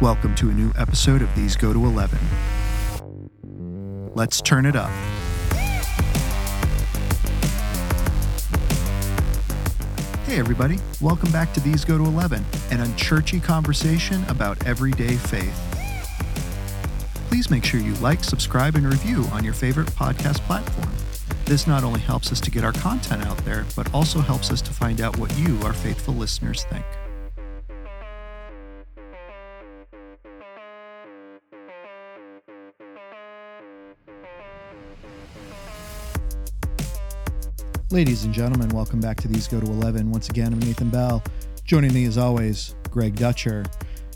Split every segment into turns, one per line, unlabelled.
Welcome to a new episode of These Go to 11. Let's turn it up. Hey, everybody. Welcome back to These Go to 11, an unchurchy conversation about everyday faith. Please make sure you like, subscribe, and review on your favorite podcast platform. This not only helps us to get our content out there, but also helps us to find out what you, our faithful listeners, think. Ladies and gentlemen, welcome back to These Go to 11. Once again, I'm Nathan Bell. Joining me as always, Greg Dutcher.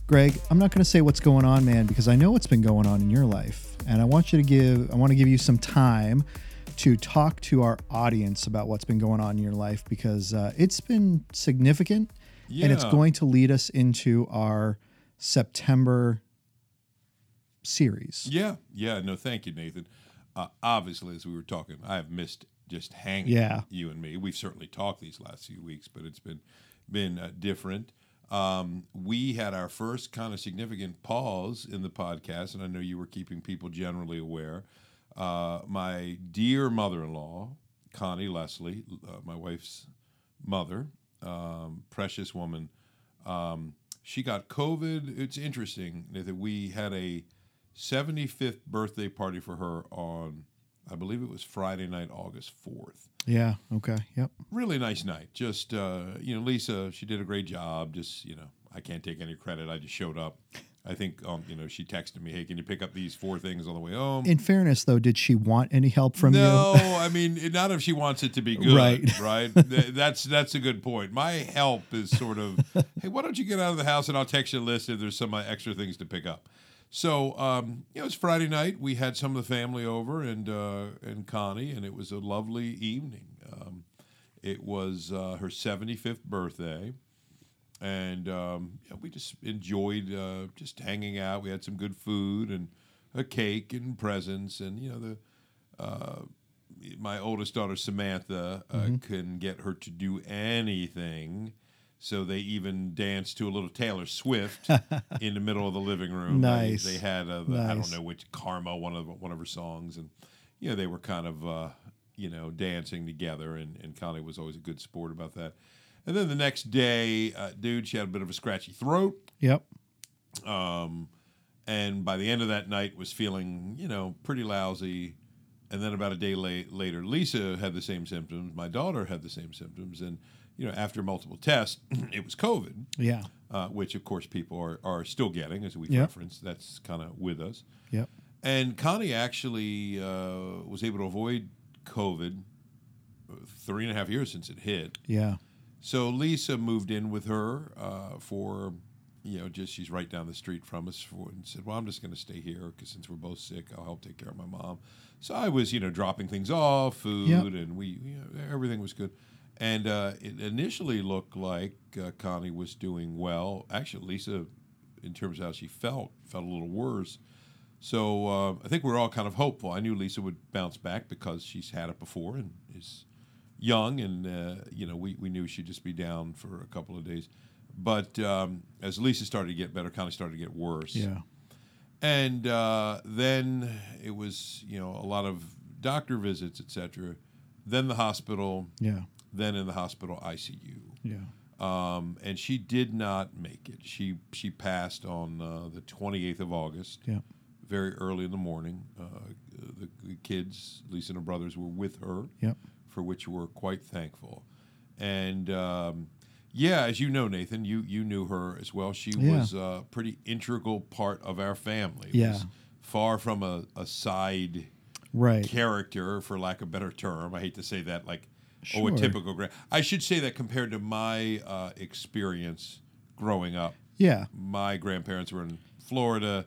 Greg, I'm not going to say what's going on, man, because I know what's been going on in your life. And I want you to give, I want to give you some time to talk to our audience about what's been going on in your life because uh, it's been significant and it's
Yeah.
going to lead us into our September series.
Yeah, yeah. No, thank you, Nathan. Uh, obviously, as we were talking, I have missed just hanging.
Yeah.
you and me. We've certainly talked these last few weeks, but it's been been uh, different. Um, we had our first kind of significant pause in the podcast, and I know you were keeping people generally aware. Uh, my dear mother-in-law, Connie Leslie, uh, my wife's mother, um, precious woman. Um, she got COVID. It's interesting that we had a 75th birthday party for her on, I believe it was Friday night, August 4th.
Yeah. Okay. Yep.
Really nice night. Just, uh, you know, Lisa, she did a great job. Just, you know, I can't take any credit. I just showed up. I think, um, you know, she texted me, hey, can you pick up these four things on the way home?
In fairness, though, did she want any help from you?
no, I mean, not if she wants it to be good,
Right.
right? Th- that's that's a good point. My help is sort of, hey, why don't you get out of the house and I'll text you a list if there's some uh, extra things to pick up. So um, you know, it was Friday night. We had some of the family over and uh, and Connie, and it was a lovely evening. Um, it was uh, her 75th birthday and um, yeah, we just enjoyed uh, just hanging out. We had some good food and a cake and presents, and you know the uh, my oldest daughter Samantha uh, couldn't get her to do anything, so they even danced to a little Taylor Swift in the middle of the living room. They-
Nice.
They, had a, the- I
Nice.
don't know which Karma one of one of her songs, and you know they were kind of uh, you know dancing together, and and Connie was always a good sport about that. And then the next day, uh, dude, she had a bit of a scratchy throat,
Yep.
and by the end of that night, was feeling you know pretty lousy. And then about a day la- later, Lisa had the same symptoms. My daughter had the same symptoms, and you know after multiple tests, it was COVID,
Yeah.
uh, which of course people are are still getting, as we
Yeah.
referenced. That's kind of with us.
Yep.
And Connie actually uh, was able to avoid COVID uh, three and a half years since it hit.
Yeah.
So Lisa moved in with her uh, for, you know, just she's right down the street from us for, and said, Well, I'm just going to stay here because since we're both sick, I'll help take care of my mom. So I was, you know, dropping things off, food,
Yep.
and we, you know, everything was good. And uh, it initially looked like uh, Connie was doing well. Actually, Lisa, in terms of how she felt, felt a little worse. So uh, I think we we're all kind of hopeful. I knew Lisa would bounce back because she's had it before and is young, and uh, you know we, we knew she'd just be down for a couple of days. But um, as Lisa started to get better, Connie started to get worse.
Yeah.
And uh, then it was you know a lot of doctor visits, etc. Then the hospital.
Yeah.
Then in the hospital ICU
Yeah.
um, and she did not make it. She she passed on uh, the 28th of August,
Yeah.
very early in the morning. Uh, the, the kids, Lisa and her brothers, were with her,
Yep.
for which we're quite thankful. And um, yeah, as you know, Nathan, you you knew her as well. She
Yeah.
was a pretty integral part of our family.
Yeah.
Was far from a, a side
Right.
character, for lack of a better term. I hate to say that, like, oh,
Sure.
a typical grand. I should say that compared to my uh, experience growing up,
Yeah.
my grandparents were in Florida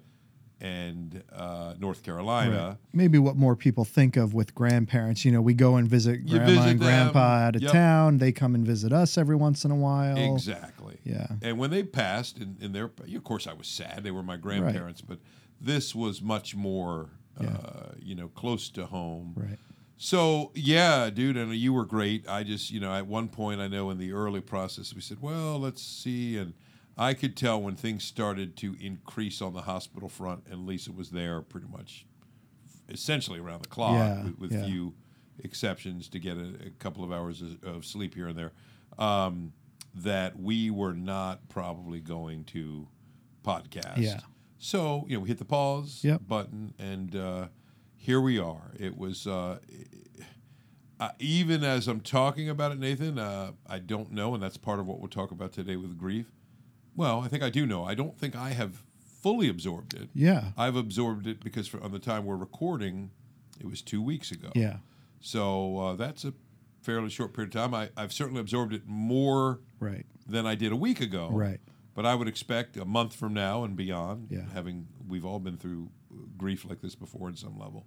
and uh, North Carolina.
Maybe what more people think of with grandparents. You know, we go and visit
You
grandma
visit
and grandpa
them.
out of
Yep.
town. They come and visit us every once in a while.
Exactly.
Yeah.
And when they passed, in, in their, of course, I was sad. They were my grandparents, but this was much more, uh, you know, close to home.
Right.
So yeah, dude, and you were great. I just, you know, at one point, I know in the early process, we said, well, let's see, and I could tell when things started to increase on the hospital front, and Lisa was there pretty much, essentially around the clock,
Yeah,
with, with
yeah.
few exceptions to get a, a couple of hours of- of sleep here and there. Um, that we were not probably going to podcast.
Yeah.
So you know, we hit the pause
Yep.
button, and uh, here we are. It was uh, I, even as I'm talking about it, Nathan, uh, I don't know, and that's part of what we'll talk about today with grief. Well, I think I do know. I don't think I have fully absorbed it.
Yeah.
I've absorbed it because for, on the time we're recording, it was two weeks ago.
Yeah.
So uh, that's a fairly short period of time. I, I've certainly absorbed it more
Right.
than I did a week ago.
Right.
But I would expect a month from now and beyond,
Yeah.
having we've all been through grief like this before in some level,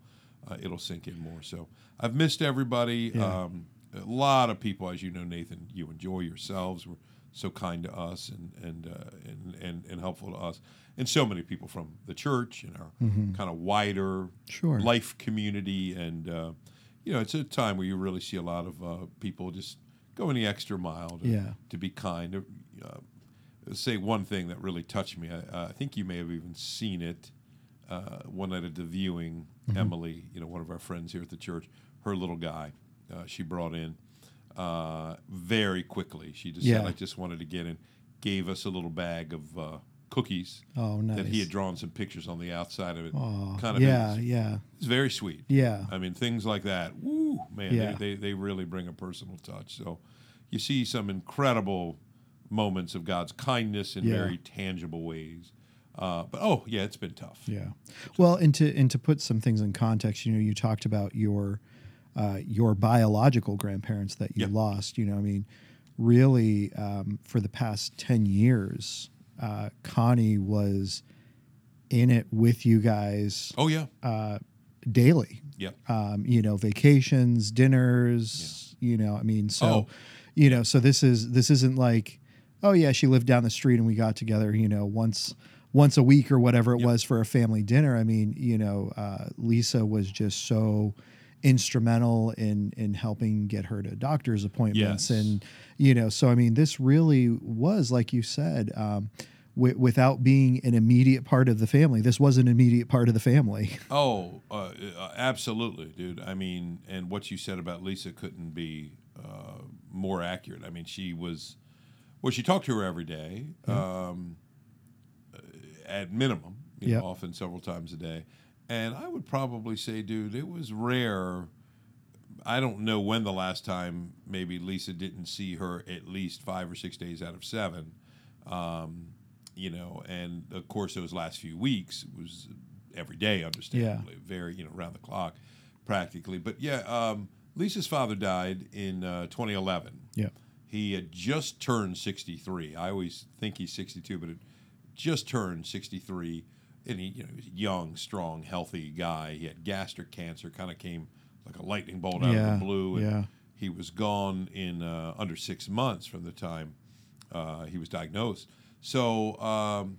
uh, it'll sink in more. So I've missed everybody. Um, a lot of people, as you know, Nathan, you enjoy yourselves. Were so kind to us and and, uh, and and and helpful to us, and so many people from the church and our kind of wider
Mm-hmm. Sure.
life community and uh, you know it's a time where you really see a lot of uh, people just going the extra mile to,
Yeah.
to be kind Uh, uh, say one thing that really touched me I, I think you may have even seen it uh, one night at the viewing
Mm-hmm.
emily you know one of our friends here at the church her little guy uh, she brought in uh, very quickly she just
Yeah.
said i just wanted to get in gave us a little bag of uh, cookies
Oh, nice.
that he had drawn some pictures on the outside of it kind of
yeah,
it's-
yeah,
it's very sweet
yeah,
I mean, things like that. Woo, man,
Yeah.
they, they, they really bring a personal touch. So you see some incredible moments of God's kindness in
Yeah.
very tangible ways. Uh, but oh, yeah, it's been tough.
yeah. Well, and to and to put some things in context, you know, you talked about your uh, your biological grandparents that you
Yeah.
lost. You know, I mean, really, um, for the past ten years, uh, Connie was in it with you guys
Oh, yeah.
Uh, daily.
yeah.
um, you know, vacations, dinners, you know, I mean, so,
Oh.
you know, so this is, this isn't like, oh yeah, she lived down the street and we got together, you know, once, once a week or whatever it was for a family dinner. I mean, you know, uh, Lisa was just so instrumental in, in helping get her to doctor's appointments
Yes.
and, you know, so, I mean, this really was, like you said, um, wi- without being an immediate part of the family, this was an immediate part of the family.
Oh, uh, uh, absolutely, dude. I mean, and what you said about Lisa couldn't be uh, more accurate. I mean, she was, well, she talked to her every day, um, uh, at minimum, you
Yep.
know, often several times a day. And I would probably say, dude, it was rare. I don't know when the last time maybe Lisa didn't see her at least five or six days out of seven Um, you know, and of course those last few weeks was every day, understandably, very you know round the clock, practically. But yeah, um, Lisa's father died in uh, 2011.
Yeah.
He had just turned 63. I always think he's 62, but it just turned 63. And he, you know, he was a young, strong, healthy guy. He had gastric cancer, kind of came like a lightning bolt out
Yeah,
of the blue. And
yeah.
he was gone in uh, under six months from the time uh, he was diagnosed. So um,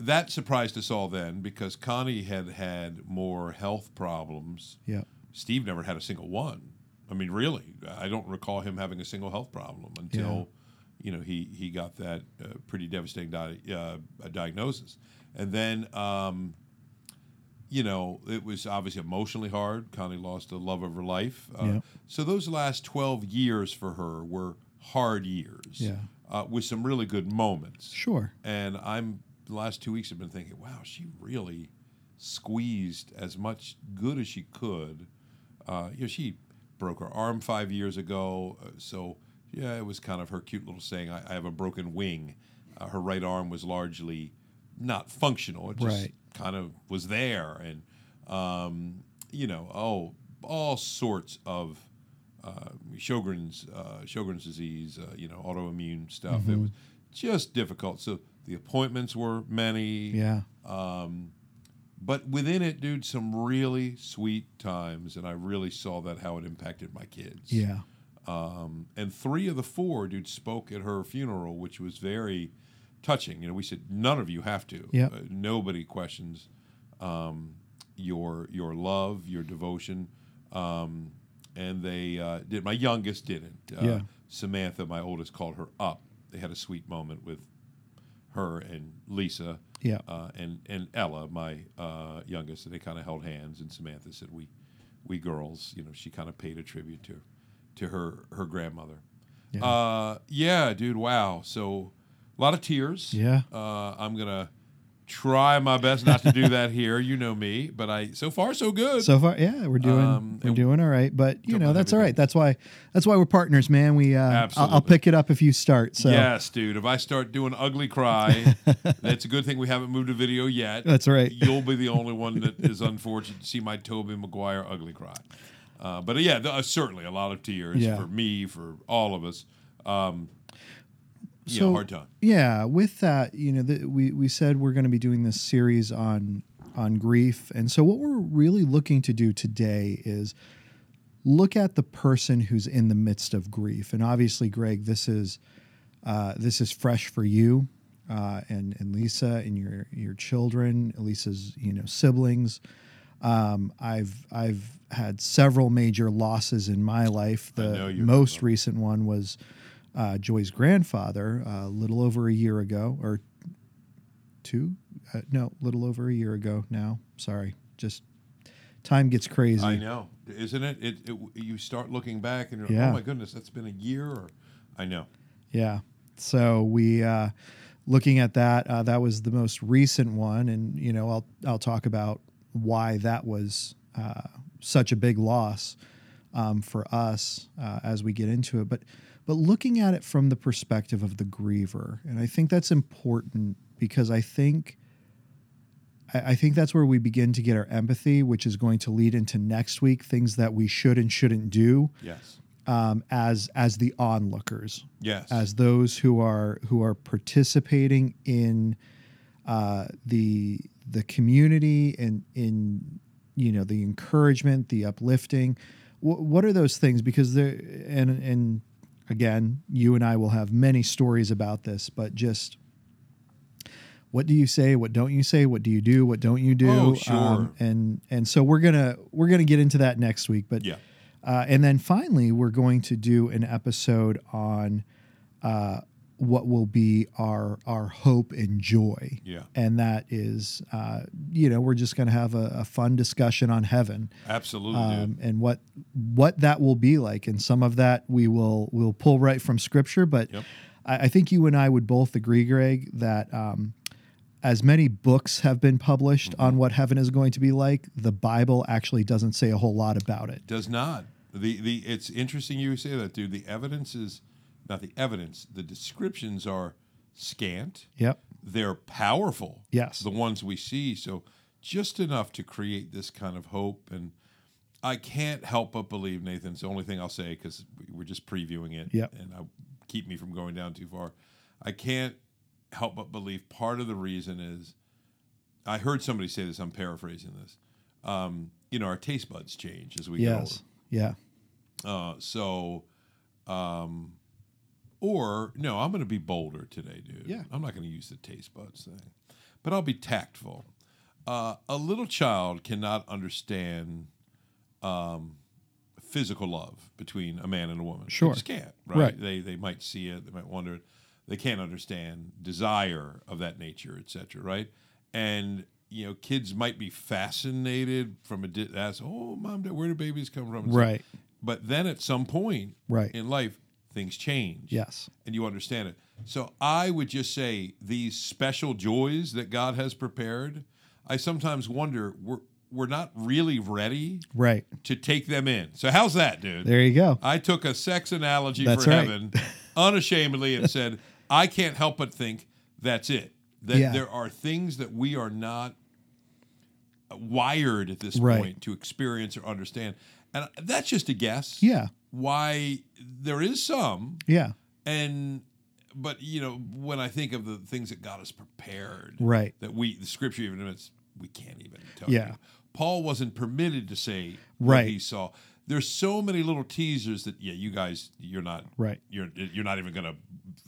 that surprised us all then because Connie had had more health problems.
Yeah.
Steve never had a single one. I mean, really, I don't recall him having a single health problem until, you know, he he got that uh, pretty devastating di- uh, a diagnosis, and then, um, you know, it was obviously emotionally hard. Connie lost the love of her life, uh,
Yeah.
so those last twelve years for her were hard years,
Yeah.
uh, with some really good moments.
Sure.
And I'm the last two weeks have been thinking, wow, she really squeezed as much good as she could. Uh, you know, she broke her arm five years ago, uh, so yeah, it was kind of her cute little saying. I, I have a broken wing. Uh, her right arm was largely not functional. It just
Right.
kind of was there, and um, you know, oh, all sorts of uh, Sjogren's uh, Sjogren's disease, uh, you know, autoimmune stuff. It was just difficult. So the appointments were many,
Yeah.
but within it, dude, some really sweet times, and I really saw that how it impacted my kids.
Yeah.
and three of the four, dude, spoke at her funeral, which was very touching. You know, we said none of you have to.
Yep.
Uh, nobody questions um, your your love, your devotion, um, and they uh, did. My youngest didn't. Uh,
Yeah.
Samantha, my oldest, called her up. They had a sweet moment with her and Lisa.
Yeah.
Uh, and and Ella, my uh, youngest, and they kind of held hands. And Samantha said, "We, we girls, you know, she kind of paid a tribute to, to her her grandmother."
Yeah.
Uh, yeah, dude. Wow. So, a lot of tears.
Yeah.
Uh, I'm gonna try my best not to do that here. You know me, but I so far so good.
So far, yeah, we're doing
Um,
we're
and-
doing all right, but you
Don't
know
mind
that's all right.
everything.
That's why that's why we're partners, man. We uh, I'll- I'll,
Absolutely.
pick it up if you start. So
Yes, dude. If I start doing ugly cry, that's a good thing we haven't moved to video yet.
That's right.
You'll be the only one that is unfortunate to see my Toby Maguire ugly cry. Uh, but yeah, th- uh, certainly a lot of tears
Yeah.
for me, for all of us. Um, yeah,
So-
hard time.
yeah, with that, you know, the, we we said we're going to be doing this series on on grief, and so what we're really looking to do today is look at the person who's in the midst of grief, and obviously, Greg, this is uh, this is fresh for you. Uh, and and Lisa and your your children, Lisa's you know siblings, Um, I've I've had several major losses in my life.
know
The
you
most recent one was uh, Joy's grandfather, uh, a little over a year ago, or two? Uh, no, little over a year ago now. Sorry, just time gets crazy.
I know, isn't it? It, it? You start looking back and you're like,
Yeah.
oh my goodness, that's been a year. Or, I know.
Yeah. So we uh, looking at that. Uh, that was the most recent one, and you know, I'll I'll talk about why that was uh, such a big loss um, for us uh, as we get into it. But but looking at it from the perspective of the griever, and I think that's important because I think. I I think that's where we begin to get our empathy, which is going to lead into next week things that we should and shouldn't do
Yes.
um, as as the onlookers,
Yes.
as those who are who are participating in uh, the the community and in you know the encouragement, the uplifting. Wh- what are those things? Because there and and again, you and I will have many stories about this, but just what do you say? What don't you say? What do you do? What don't you do? Um,
Oh, sure.
and and so we're gonna we're gonna get into that next week, but
yeah.
uh, and then finally, we're going to do an episode on uh, what will be our our hope and joy.
Yeah.
And that is, uh, you know, we're just going to have a, a fun discussion on heaven
Absolutely, dude.
um, and what what that will be like. And some of that we will will pull right from scripture, but
Yep.
I, I think you and I would both agree, Greg, that um, as many books have been published on
Mm-hmm.
what heaven is going to be like, the Bible actually doesn't say a whole lot about it.
Does not. The the it's interesting you say that, dude. The evidence is not the evidence. The descriptions are scant.
Yep.
They're powerful.
Yes.
The ones we see. So just enough to create this kind of hope and I can't help but believe, Nathan. It's the only thing I'll say because we're just previewing it,
Yep.
and I keep me from going down too far. I can't help but believe part of the reason is I heard somebody say this. I'm paraphrasing this. Um, you know, our taste buds change as we get older.
Yes. Yeah.
Uh, so, um, or no, I'm going to be bolder today, dude.
Yeah.
I'm not going to use the taste buds thing, but I'll be tactful. Uh, a little child cannot understand um, physical love between a man and a woman.
Sure.
They just can't, right?
Right.
They they might see it, they might wonder it. They can't understand desire of that nature, et cetera, right? And you know, kids might be fascinated from a di- that's oh, mom, dad, where do babies come from? It's like,
Right.
but then at some point
Right.
in life, things change.
Yes.
And you understand it. So I would just say these special joys that God has prepared, I sometimes wonder we're, we're not really ready
Right. Uh,
to take them in. So how's that, dude?
There you go.
I took a sex analogy
That's
for
right.
heaven unashamedly and said, I can't help but think that's it. That
Yeah.
there are things that we are not wired at this
Right.
point to experience or understand. And that's just a guess.
Yeah.
Why there is some
Yeah.
and but you know, when I think of the things that God has prepared
Right.
that we the scripture even admits we can't even tell
Yeah.
you. Paul wasn't permitted to say what
Right.
he saw. There's so many little teasers that yeah, you guys you're not
Right.
You're you're not even gonna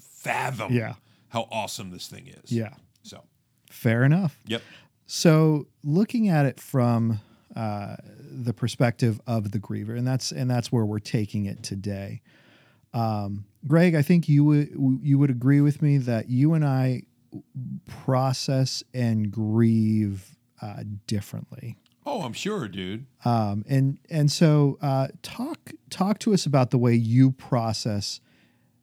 fathom
Yeah.
how awesome this thing is.
Yeah.
So
Fair enough.
yep.
So looking at it from uh, the perspective of the griever, and that's and that's where we're taking it today. Um, Greg, I think you would you would agree with me that you and I process and grieve uh, differently.
Oh, I'm sure, dude.
Um, and and so uh, talk talk to us about the way you process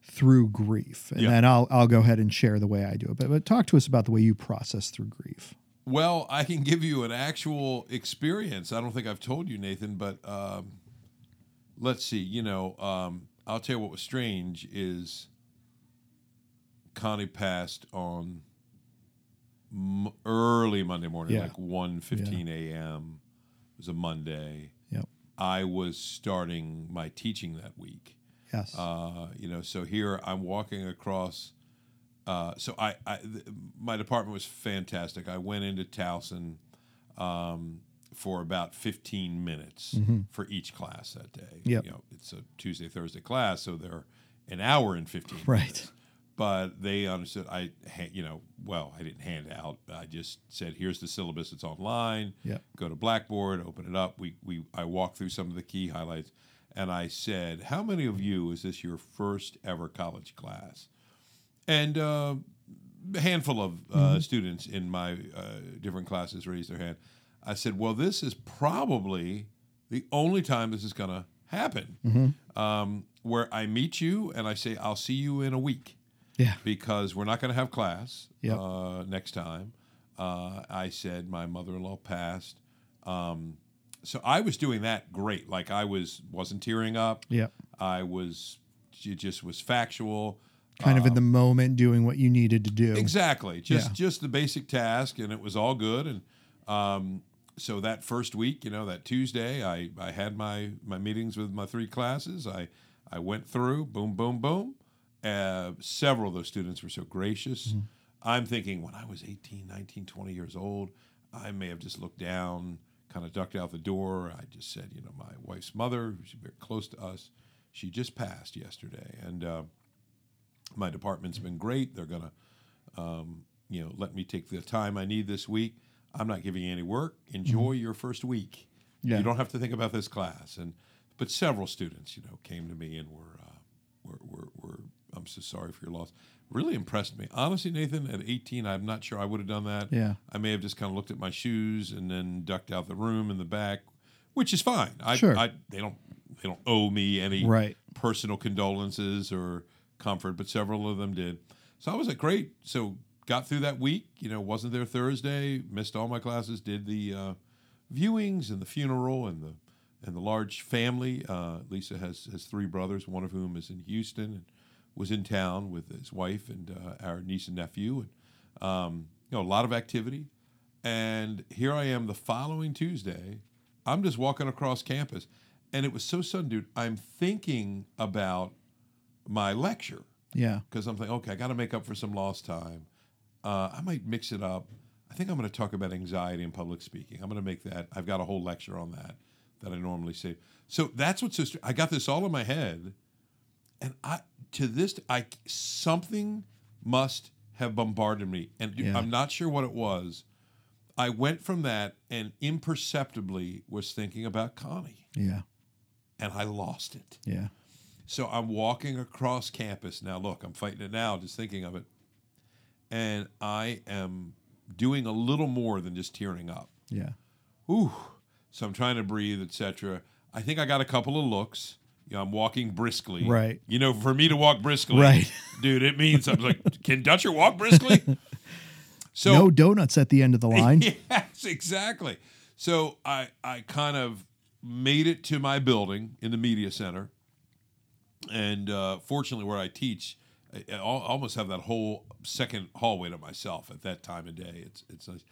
through grief, and
Yeah.
then I'll I'll go ahead and share the way I do it. But but talk to us about the way you process through grief.
Well, I can give you an actual experience. I don't think I've told you, Nathan, but um, let's see. You know, um, I'll tell you what was strange is Connie passed on m- early Monday morning,
Yeah.
like 1.15 a.m. It was a Monday.
Yep.
I was starting my teaching that week.
Yes.
Uh, you know, so here I'm walking across. Uh, so I, I th- my department was fantastic. I went into Towson um, for about 15 minutes for each class that day.
Mm-hmm. Yep.
You know, it's a Tuesday Thursday class, so they're an hour and 15.
Right.
minutes. But they understood. I, ha- you know, well, I didn't hand out. I just said, "Here's the syllabus. It's online
Yep.
go to Blackboard, open it up. We, we I walked through some of the key highlights, and I said, "How many of you is this your first ever college class?" And uh, a handful of uh,
Mm-hmm.
students in my uh, different classes raised their hand. I said, "Well, this is probably the only time this is going to happen,
Mm-hmm.
um, where I meet you and I say, "I'll see you in a week."
yeah.
because we're not going to have class
Yep.
uh, next time. Uh, I said my mother-in-law passed, um, so I was doing that great. Like I was wasn't tearing up.
Yep.
I was it just was factual.
Kind
uh,
of in the moment, doing what you needed to do.
Exactly. Just
Yeah.
just the basic task, and it was all good. And um, so that first week, you know, that Tuesday, I, I had my my meetings with my three classes. I I went through, boom, boom, boom. Uh, several of those students were so gracious.
Mm-hmm.
I'm thinking when I was 18, 19, 20 years old, I may have just looked down, kind of ducked out the door. I just said, you know, my wife's mother, she's very close to us. She just passed yesterday, and uh, my department's been great. They're gonna um, you know, let me take the time I need this week. I'm not giving you any work. Enjoy your first week.
Mm-hmm. Yeah.
You don't have to think about this class. And but several students, you know, came to me and were, uh, were, were, were I'm so sorry for your loss. Really impressed me, honestly, Nathan. At 18, I'm not sure I would have done that.
Yeah.
I may have just kind of looked at my shoes and then ducked out the room in the back, which is fine. I,
Sure.
I they don't they don't owe me any
Right.
personal condolences or comfort, but several of them did. So I was like, great. So got through that week. You know, wasn't there Thursday. Missed all my classes. Did the uh, viewings and the funeral and the and the large family. Uh, Lisa has has three brothers, one of whom is in Houston and was in town with his wife and uh, our niece and nephew, and um, you know, a lot of activity. And here I am the following Tuesday. I'm just walking across campus. And it was so sudden, dude. I'm thinking about my lecture
Yeah.
because I'm thinking, okay, I got to make up for some lost time. Uh, I might mix it up. I think I'm going to talk about anxiety and public speaking. I'm going to make that. I've got a whole lecture on that that I normally save. So that's what's so. str- I got this all in my head, and I to this I something must have bombarded me, and dude,
Yeah.
I'm not sure what it was. I went from that and imperceptibly was thinking about Connie,
Yeah.
and I lost it.
Yeah.
So I'm walking across campus. Now, look, I'm fighting it now, just thinking of it. And I am doing a little more than just tearing up.
Yeah.
Ooh. So I'm trying to breathe, etc. I think I got a couple of looks. You know, I'm walking briskly.
Right.
You know, for me to walk briskly,
Right.
dude, it means I'm like, can Dutcher walk briskly? So
no donuts at the end of the line.
Yes, exactly. So I I kind of made it to my building in the media center, and uh, fortunately, where I teach, I, I al- almost have that whole second hallway to myself at that time of day. It's it's nice.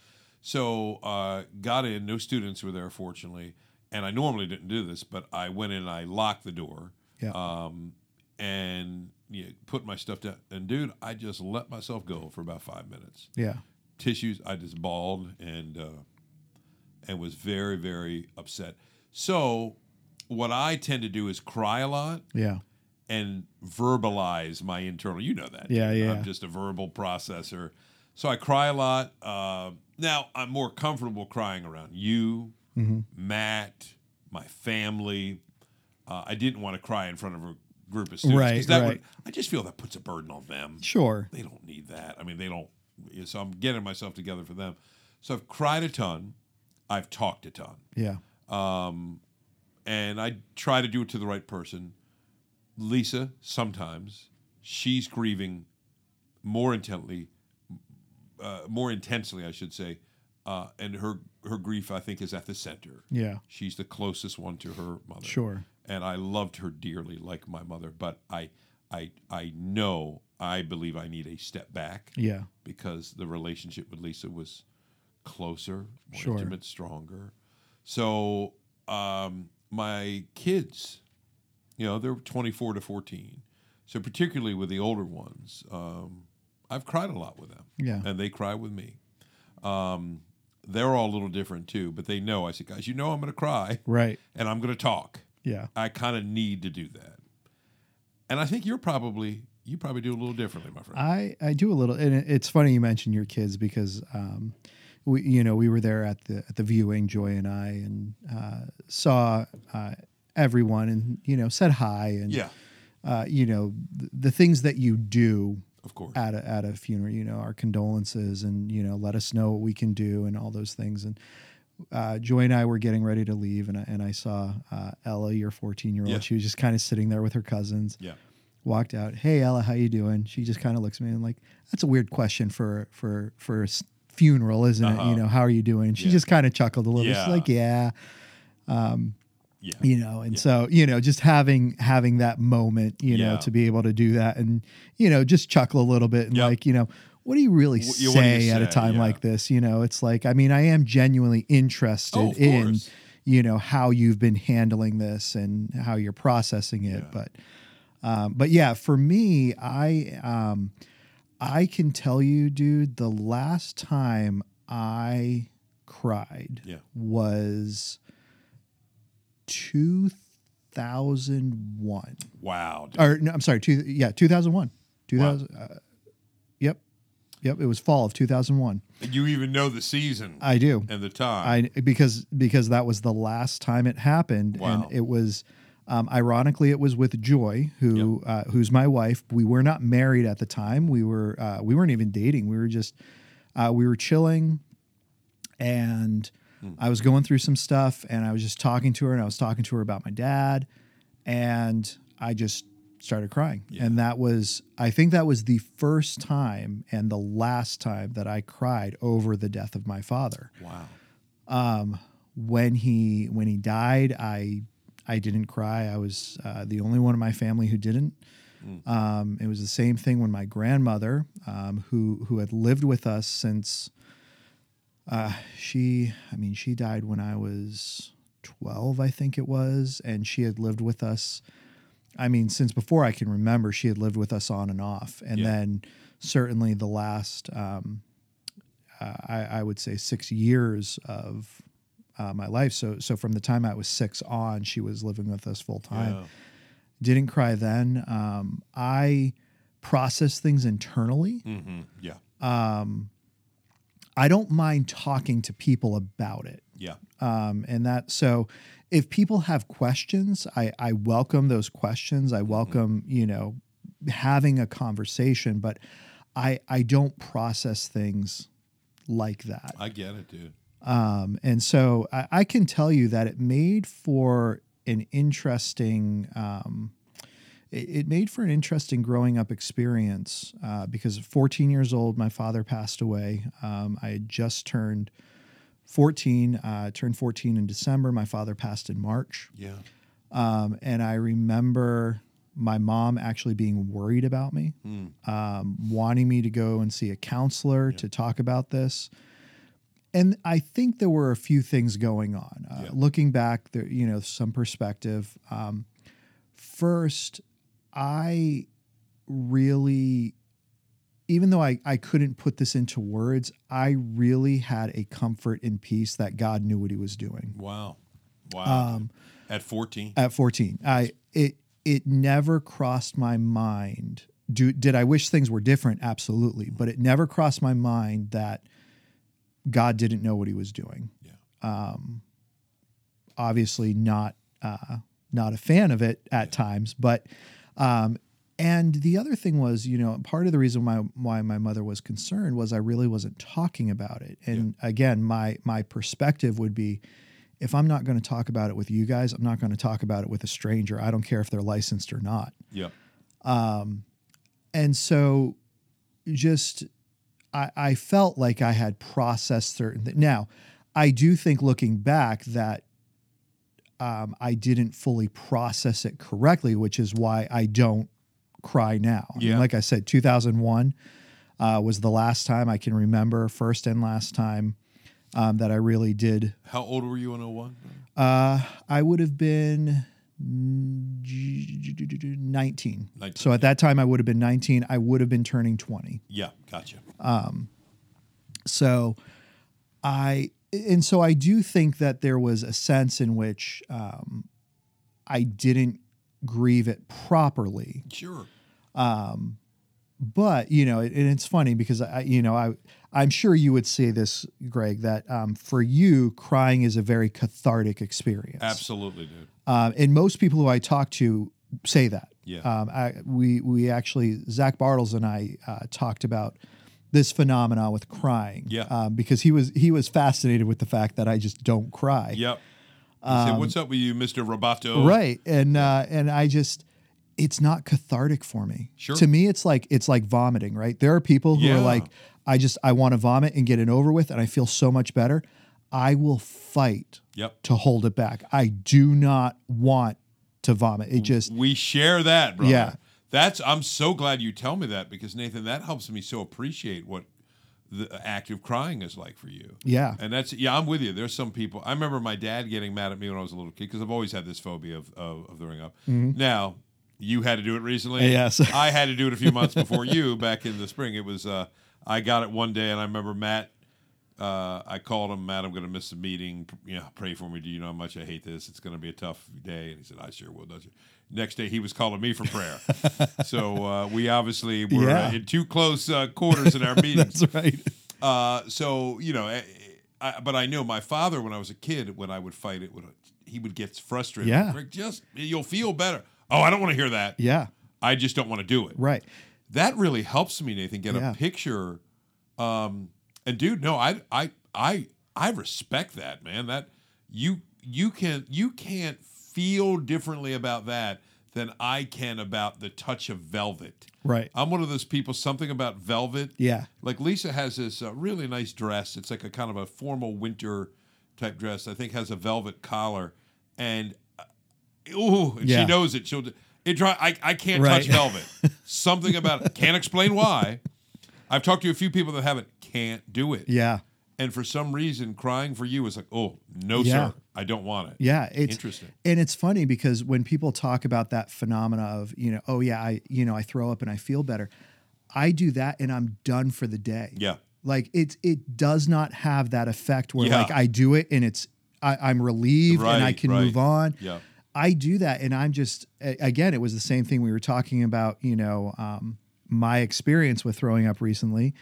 So uh, got in. No students were there, fortunately. And I normally didn't do this, but I went in and I locked the door
Yeah.
um, and you know, put my stuff down. And dude, I just let myself go for about five minutes
yeah.
tissues. I just bawled and uh, and was very very upset. So what I tend to do is cry a lot
Yeah.
and verbalize my internal. You know that.
Yeah, yeah.
I'm just a verbal processor, so I cry a lot. Uh, now I'm more comfortable crying around you,
Mm-hmm.
Matt, my family. Uh, I didn't want to cry in front of a group of students
Right,
that
right.
would, I just feel that puts a burden on them
Sure.
they don't need that. I mean, they don't so I'm getting myself together for them. So I've cried a ton, I've talked a ton,
Yeah.
and I try to do it to the right person. Lisa, sometimes she's grieving more intently, uh, more intensely, I should say, uh, and her her grief, I think, is at the center.
Yeah.
She's the closest one to her mother.
Sure.
And I loved her dearly, like my mother. But I, I, I know, I believe I need a step back
Yeah.
because the relationship with Lisa was closer, more
Sure.
intimate, stronger. So um, my kids, you know, they're 24 to 14. So particularly with the older ones, um, I've cried a lot with them.
Yeah.
And they cry with me. Um, they're all a little different too, but they know. I said, guys, you know I'm going to cry
Right.
and I'm going to talk.
Yeah.
I kind of need to do that. And I think you're probably, you probably do a little differently, my friend.
I, I do a little, and it- it's funny you mentioned your kids because, um, we you know we were there at the at the viewing, Joy and I, and uh, saw uh, everyone, and you know said hi, and
yeah,
uh, you know th- the things that you do
of course.
at a, at a funeral, you know, our condolences and, you know, let us know what we can do and all those things. And uh, Joy and I were getting ready to leave and I, and I saw uh, Ella, your 14 year
Yeah.
old, she was just kind of sitting there with her cousins,
yeah.
walked out. Hey Ella, how you doing? She just kind of looks at me and like, that's a weird question for, for, for a s- funeral, isn't it? You know, how are you doing? She
Uh-huh. Yeah.
just kind of chuckled a little.
Yeah.
She's like, yeah,
Yeah.
you know and so you know just having having that moment you know
Yeah.
to be able to do that and you know just chuckle a little bit and
Yep.
like you know what do you really
Wh-
say
yeah, what do you
at a
say?
time
Yeah.
like this you know it's like i mean i am genuinely interested
Oh, of
in
course.
you know how you've been handling this and how you're processing it
Yeah.
but um, but yeah for me i um i can tell you dude the last time i cried
Yeah.
was 2001
Wow. dude.
or no, I'm sorry, two, yeah, 2001. 2000 uh, Yep. Yep, it was fall of 2001.
You even know the season
I do.
and the time.
I because because that was the last time it happened
Wow.
and it was um, ironically it was with Joy who uh, who's my wife. We were not married at the time. We were uh, we weren't even dating. We were just uh, we were chilling and I was going through some stuff and I was just talking to her and I was talking to her about my dad and I just started crying. And that was I think that was the first time and the last time that I cried over the death of my father
wow.
when he when he died i i didn't cry i was uh, the only one in my family who didn't um, it was the same thing when my grandmother um, who who had lived with us since uh, she i mean she died when i was 12 i think it was and she had lived with us i mean since before i can remember she had lived with us on and off and
Yeah.
then certainly the last um, uh, I, I would say six years of uh, my life. So so from the time I was six on, she was living with us full time.
Yeah.
Didn't cry then. Um, I process things internally.
hmm Yeah.
I don't mind talking to people about it.
Yeah.
Um, and that so if people have questions, I, I welcome those questions. I welcome, you know, having a conversation, but I I don't process things like that.
I get it, dude.
Um, and so I, I can tell you that it made for an interesting. Um, it, it made for an interesting growing up experience uh, because at 14 years old, my father passed away. Um, I had just turned 14, uh, turned 14 in December. My father passed in March.
Yeah.
Um, and I remember my mom actually being worried about me, um, wanting me to go and see a counselor to talk about this. And I think there were a few things going on. Uh,
Yeah.
Looking back, there, you know, some perspective. Um, first, I really, even though I, I couldn't put this into words, I really had a comfort and peace that God knew what he was doing
Wow. Wow. dude. At 14.
at 14 Um, i it it never crossed my mind do did i wish things were different absolutely but it never crossed my mind that god didn't know what he was doing
yeah.
obviously not uh, not a fan of it at times, but um, And the other thing was, you know, part of the reason why why my mother was concerned was I really wasn't talking about it. And again, my my perspective would be if I'm not going to talk about it with you guys, I'm not going to talk about it with a stranger. I don't care if they're licensed or not. Um,
Yep.
And so just I, I felt like I had processed certain things. Now, I do think looking back that um, I didn't fully process it correctly, which is why I don't cry now. I mean,
Yeah.
like I said, 2001 uh, was the last time I can remember, first and last time um, that I really did.
How old were you in 01?
Uh, I would have been mm, g- g- g- g- 19.
19,
So at that time, I would have been 19. I would have been turning 20.
Yeah, gotcha.
So I and so I do think that there was a sense in which um, I didn't grieve it properly.
Sure.
But you know, it, and it's funny because I, you know, I I'm sure you would say this, Greg, that um, for you, crying is a very cathartic experience.
Absolutely, dude.
Um, and most people who I talk to say that.
Yeah.
Um, I, we we actually Zach Bartles and I uh, talked about this phenomenon with crying.
Yeah.
Um, because he was he was fascinated with the fact that I just don't cry.
Yep. He said, What's up with you, Mr. Roboto?
Um, Right. And uh, and I just it's not cathartic for me.
Sure.
To me, it's like it's like vomiting. Right. There are people who
Yeah.
are like, I just I want to vomit and get it over with, and I feel so much better. I will fight
Yep.
to hold it back. I do not want to vomit.
Mm.
It just
We share that, brother.
Yeah.
That's I'm so glad you tell me that because Nathan, that helps me so appreciate what the act of crying is like for you.
Yeah.
And that's yeah, I'm with you. There's some people. I remember my dad getting mad at me when I was a little kid because I've always had this phobia of of, of throwing up. Now you had to do it recently.
Mm-hmm. Yes.
I had to do it a few months before you back in the spring. It was uh, I got it one day, and I remember Matt. Uh, I called him, Matt. I'm going to miss the meeting. P- You know, pray for me. Do you know how much I hate this? It's going to be a tough day. And he said, "I sure will." Don't you? Next day, he was calling me for prayer. so uh, we obviously were
Yeah.
uh, in too close uh, quarters in our meetings.
That's right.
Uh, so you know, I, I, but I know my father when I was a kid, when I would fight it, would he would get frustrated.
Yeah.
Rick, just you'll feel better. Oh, I don't want to hear that.
Yeah.
I just don't want to do it.
Right.
That really helps me, Nathan, get
Yeah.
a picture. Um, and dude, no, I, I, I, I respect that, man. That you, you can, you can't feel differently about that than I can about the touch of velvet.
Right.
I'm one of those people. Something about velvet
Yeah.
like Lisa has this uh, really nice dress. It's like a kind of a formal winter type dress. I think has a velvet collar, and uh, ooh, and
Yeah.
she knows it. She'll d- it dry. I, I can't
Right.
touch velvet. Something about it. Can't explain why. I've talked to a few people that haven't. Can't do it.
Yeah.
And for some reason, crying for you is like, oh no,
Yeah.
sir, I don't want it.
Yeah. It's
Interesting.
And it's funny because when people talk about that phenomena of, you know, oh yeah, I, you know, I throw up and I feel better. I do that and I'm done for the day.
Yeah.
Like it's it does not have that effect where
Yeah.
like I do it and it's I, I'm relieved and I
Right,
can
right.
move on.
Yeah.
I do that and I'm just a- again, it was the same thing we were talking about, you know, um, my experience with throwing up recently.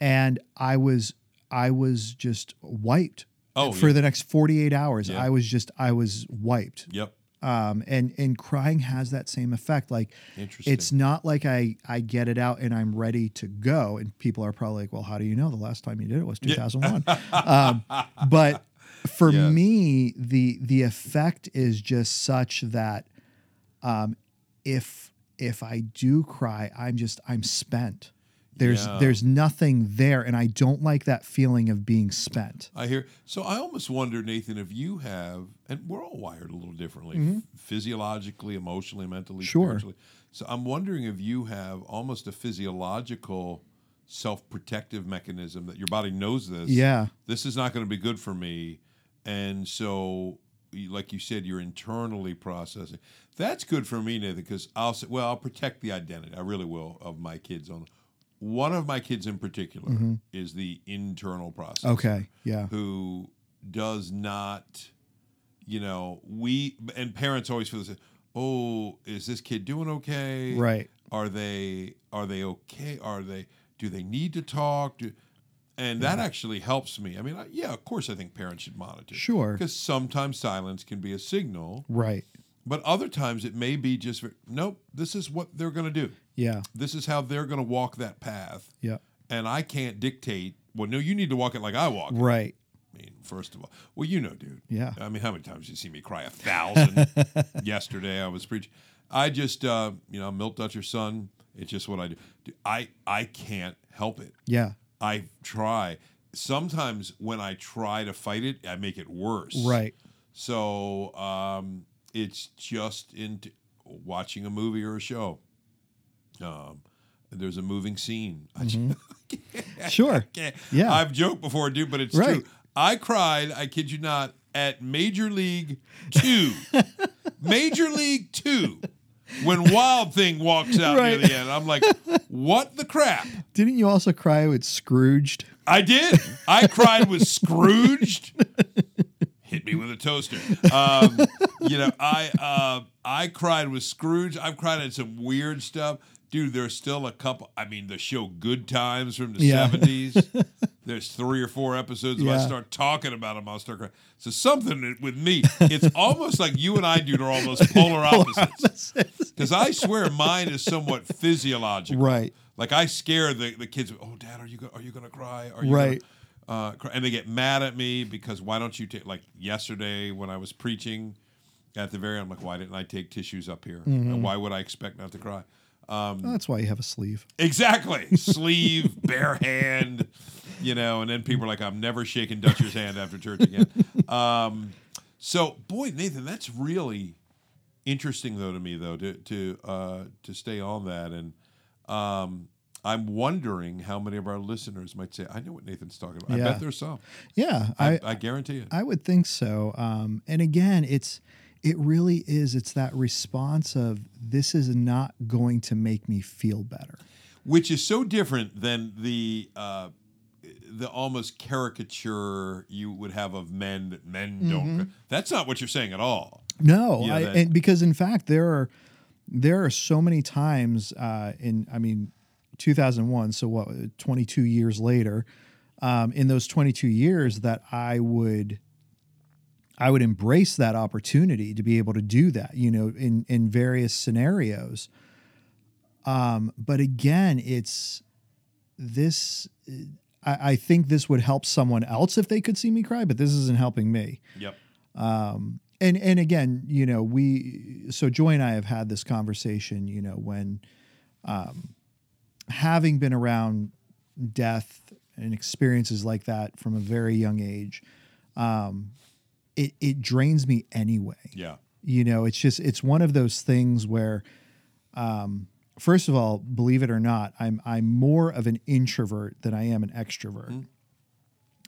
And I was I was just wiped
Oh,
for
yeah.
the next 48 hours.
Yeah.
I was just I was wiped.
Yep.
Um, and and crying has that same effect. Like
Interesting.
it's not like I I get it out and I'm ready to go. And people are probably like, well, how do you know the last time you did it was 2001? um, but for
Yeah.
me, the the effect is just such that um, if if I do cry, I'm just I'm spent. There's
Yeah.
there's nothing there, and I don't like that feeling of being spent.
I hear. So I almost wonder, Nathan, if you have, and we're all wired a little differently, physiologically, emotionally, mentally,
Mm-hmm. Sure.
spiritually. So I'm wondering if you have almost a physiological self-protective mechanism that your body knows this.
Yeah.
This is not going to be good for me, and so. you- Like you said, you're internally processing. That's good for me, Nathan, because I'll say, well, I'll protect the identity. I really will of my kids. On one of my kids in particular
Mm-hmm.
is the internal process
Okay. Yeah.
who does not, you know, we and parents always feel this. Oh, is this kid doing okay?
Right.
Are they are they okay? Are they do they need to talk? Do, and
Mm-hmm.
that actually helps me. I mean, I, yeah, of course, I think parents should monitor
Sure.
because sometimes silence can be a signal
Right.
But other times it may be just, for- nope, this is what they're going to do.
Yeah.
This is how they're going to walk that path.
Yeah.
And I can't dictate, well, no, you need to walk it like I walk. it.
Right.
I mean, first of all, well, you know, dude.
Yeah.
I mean, how many times you see me cry? A thousand. Yesterday, I was preaching. I just, uh, you know, Milt Dutcher's son. It's just what I do. Dude, I I can't help it.
Yeah.
I try. Sometimes when I try to fight it, I make it worse.
Right.
So um, it's just in watching a movie or a show. Um, there's a moving scene. I
Mm-hmm.
just-
Sure.
can't-
Yeah.
I've joked before, dude, but it's
Right.
true. I cried, I kid you not, at Major League Two. Major League Two. When Wild Thing walks out
Right.
near the end. I'm like, what the crap?
Didn't you also cry with Scrooged?
I did. I cried with Scrooged. Hit me with a toaster. Um, you know, I uh, I cried with Scrooge. I've cried at some weird stuff, dude. There's still a couple. I mean, the show Good Times from the
Yeah.
seventies. there's three or four episodes. If
Yeah.
I start talking about them, I'll start crying. So something that- with me, it's almost like you and I, dude, are almost polar opposites. Because I swear, mine is somewhat physiological.
Right.
Like I scare the, the kids. Oh, Dad, are you go- are you gonna cry? Are you
Right.
Gonna, uh, cry? And they get mad at me because why don't you take like yesterday when I was preaching at the very end? I'm like, why didn't I take tissues up here? And why would I expect not to cry? Um,
That's why you have a sleeve.
exactly. Sleeve, bare hand, you know. And then people are like, I'm never shaking Dutcher's hand after church again. Um, so, boy, Nathan, that's really interesting though to me though to to uh, to stay on that and um, I'm wondering how many of our listeners might say I know what Nathan's talking about. I
Yeah.
bet there's some.
Yeah.
I,
I,
I guarantee it.
I would think so. Um, and again, it's it really is. It's that response of this is not going to make me feel better.
Which is so different than the uh, the almost caricature you would have of men that men don't. That's not what you're saying at all.
No,
Yeah,
I,
that-
and because in fact there are there are so many times uh, in I mean 2001, so what 22 years later, um, in those 22 years that I would I would embrace that opportunity to be able to do that, you know, in in various scenarios. Um, but again, it's this. I, I think this would help someone else if they could see me cry, but this isn't helping me
Yep.
and and again, you know, we so Joy and I have had this conversation, you know, when um, having been around death and experiences like that from a very young age, um, it it drains me anyway.
Yeah.
You know, it's just it's one of those things where, um, first of all, believe it or not, I'm I'm more of an introvert than I am an extrovert.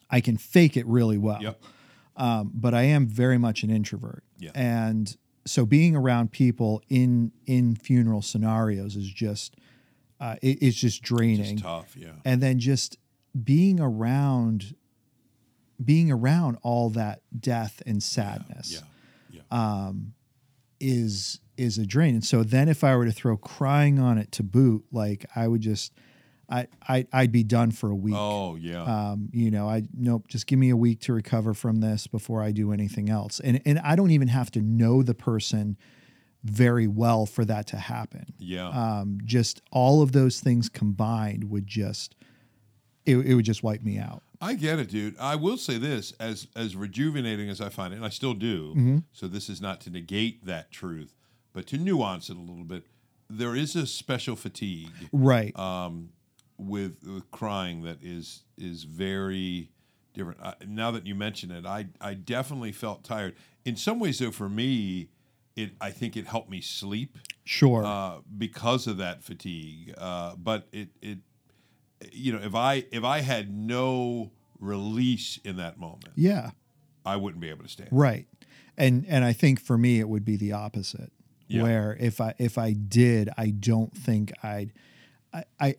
I can fake it really well
Mm-hmm. Yep.
but I am very much an introvert.
Yeah.
And so being around people in in funeral scenarios is just uh, it, it's just draining.
It's tough. Yeah.
and then just being around being around all that death and sadness
Yeah. Yeah.
is is a drain. And so then if I were to throw crying on it to boot, like I would just I, I I'd be done for a week.
oh yeah.
um, you know, I nope, just give me a week to recover from this before I do anything else. And and I don't even have to know the person very well for that to happen.
yeah.
Um, just all of those things combined would just it, it would just wipe me out.
I get it, dude. I will say this as as rejuvenating as I find it, and I still do. So this is not to negate that truth, but to nuance it a little bit. There is a special fatigue
Right.
um, with, with crying that is is very different. I, now that you mention it, I I definitely felt tired. In some ways, though, for me, it I think it helped me sleep
sure.
uh, because of that fatigue. Uh, but it, it, you know, if I if I had no release in that moment,
yeah.
I wouldn't be able to stand.
Right. And and I think for me it would be the opposite.
Yeah.
Where if I if I did, I don't think I'd I, I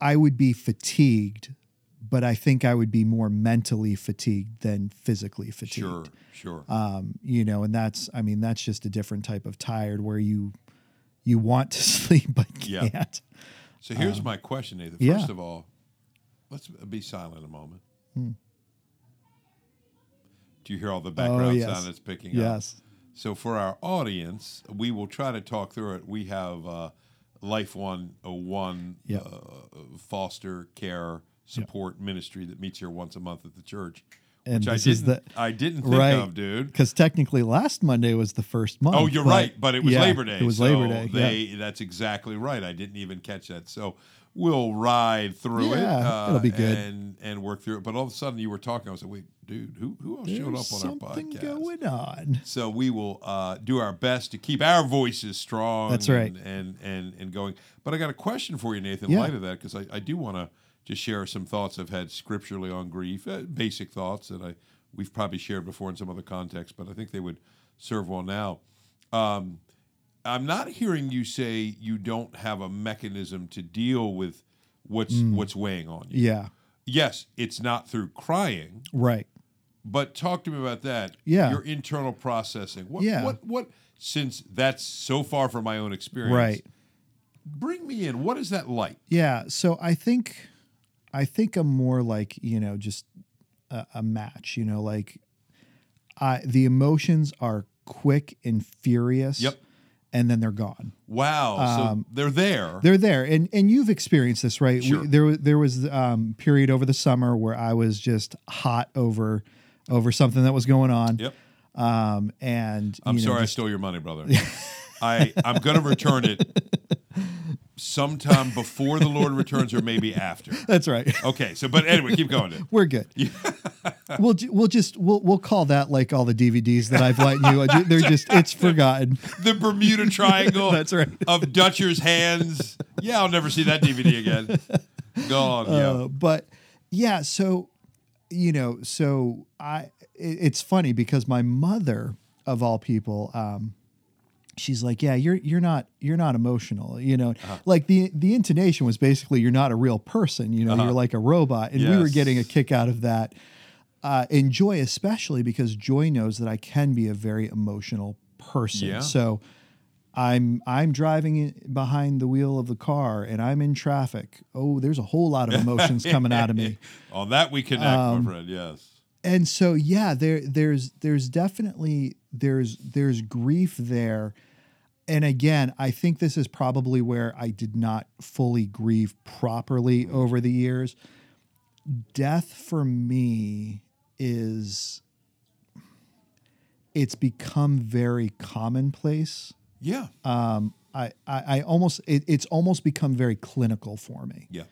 I would be fatigued, but I think I would be more mentally fatigued than physically fatigued.
Sure, sure.
Um, you know, and that's I mean, that's just a different type of tired where you you want to sleep but
Yeah.
can't.
so here's my question, Nathan.
Um, yeah.
First of all, let's be silent a moment.
Hmm.
Do you hear all the background
Oh, yes.
sound it's picking up?
Yes.
So for our audience, we will try to talk through it. We have uh, Life 101
Yeah.
uh, foster care support ministry that meets here once a month at the church.
And
which I
this is
didn't,
the-
I didn't think
right.
of, dude.
Because technically, last Monday was the first month.
Oh, you're right, but it was
yeah,
Labor Day.
It was
so
Labor Day.
They,
yeah.
That's exactly right. I didn't even catch that. So we'll ride through it. uh,
Yeah, it'll be good.
and and work through it. But all of a sudden, you were talking. I was like, wait, dude, who who else showed
There's
up on our
something
podcast?
going on.
So we will uh, do our best to keep our voices strong.
That's right.
And and and, and going. But I got a question for you, Nathan.
Yeah.
In light of that, because I, I do want to just share some thoughts I've had scripturally on grief, uh, basic thoughts that I we've probably shared before in some other context, but I think they would serve well now. Um, I'm not hearing you say you don't have a mechanism to deal with what's what's weighing on you.
Mm. Yeah.
Yes, it's not through crying.
Right.
But talk to me about that.
Yeah.
Your internal processing. What,
Yeah.
What, what, since that's so far from my own experience.
Right.
Bring me in. What is that like?
Yeah. So I think, I think I'm more like you know just a, a match. You know, like I the emotions are quick and furious.
Yep.
And then they're gone.
Wow. so they're there.
Um, They're there, and and you've experienced this, right?
Sure.
We, there was there was um, period over the summer where I was just hot over over something that was going on.
yep.
Um, and
I'm
you know,
sorry I
just-
stole your money, brother. I, I'm going to return it sometime before the Lord returns or maybe after.
that's right.
Okay. So, but anyway, keep going. dude.
We're good. we'll ju- we'll just we'll we'll call that like all the DVDs that I've let you. I ju- They're just it's forgotten.
The Bermuda Triangle
Oh, That's right.
of Dutcher's hands. Yeah, I'll never see that DVD again. Gone.
Uh, but yeah, so you know, so I it- it's funny because my mother of all people um she's like, "Yeah, you're you're not you're not emotional." You know, like the the intonation was basically you're not a real person, you know, you're like a robot. And we were
Yes.
getting a kick out of that. Uh, and joy especially because joy knows that I can be a very emotional person.
Yeah.
So I'm I'm driving in- behind the wheel of the car and I'm in traffic. Oh, there's a whole lot of emotions coming out of me.
On that we connect,
um,
my friend. Yes.
And so yeah, there there's there's definitely there's there's grief there. And again, I think this is probably where I did not fully grieve properly over the years. Death for me is it's become very commonplace.
Yeah.
I, I, I almost it, it's almost become very clinical for me.
yeah.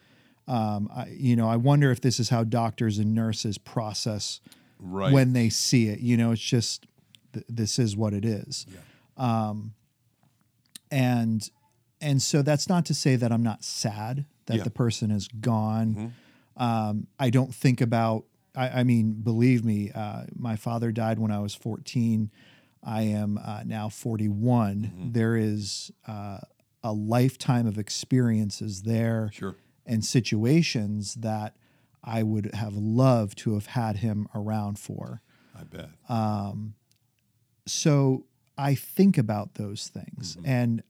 Um, I, you know, I wonder if this is how doctors and nurses process
Right.
when they see it. You know, it's just th- this is what it is. Um, and and so that's not to say that I'm not sad that
Yeah. Mm-hmm.
the person is gone. Um, I don't think about. I, I mean, believe me, uh, my father died when I was 14. I am uh, now 41.
Mm-hmm.
There is uh, a lifetime of experiences there
sure.
and situations that I would have loved to have had him around for.
I bet.
Uh, So I think about those things
Mm-hmm.
and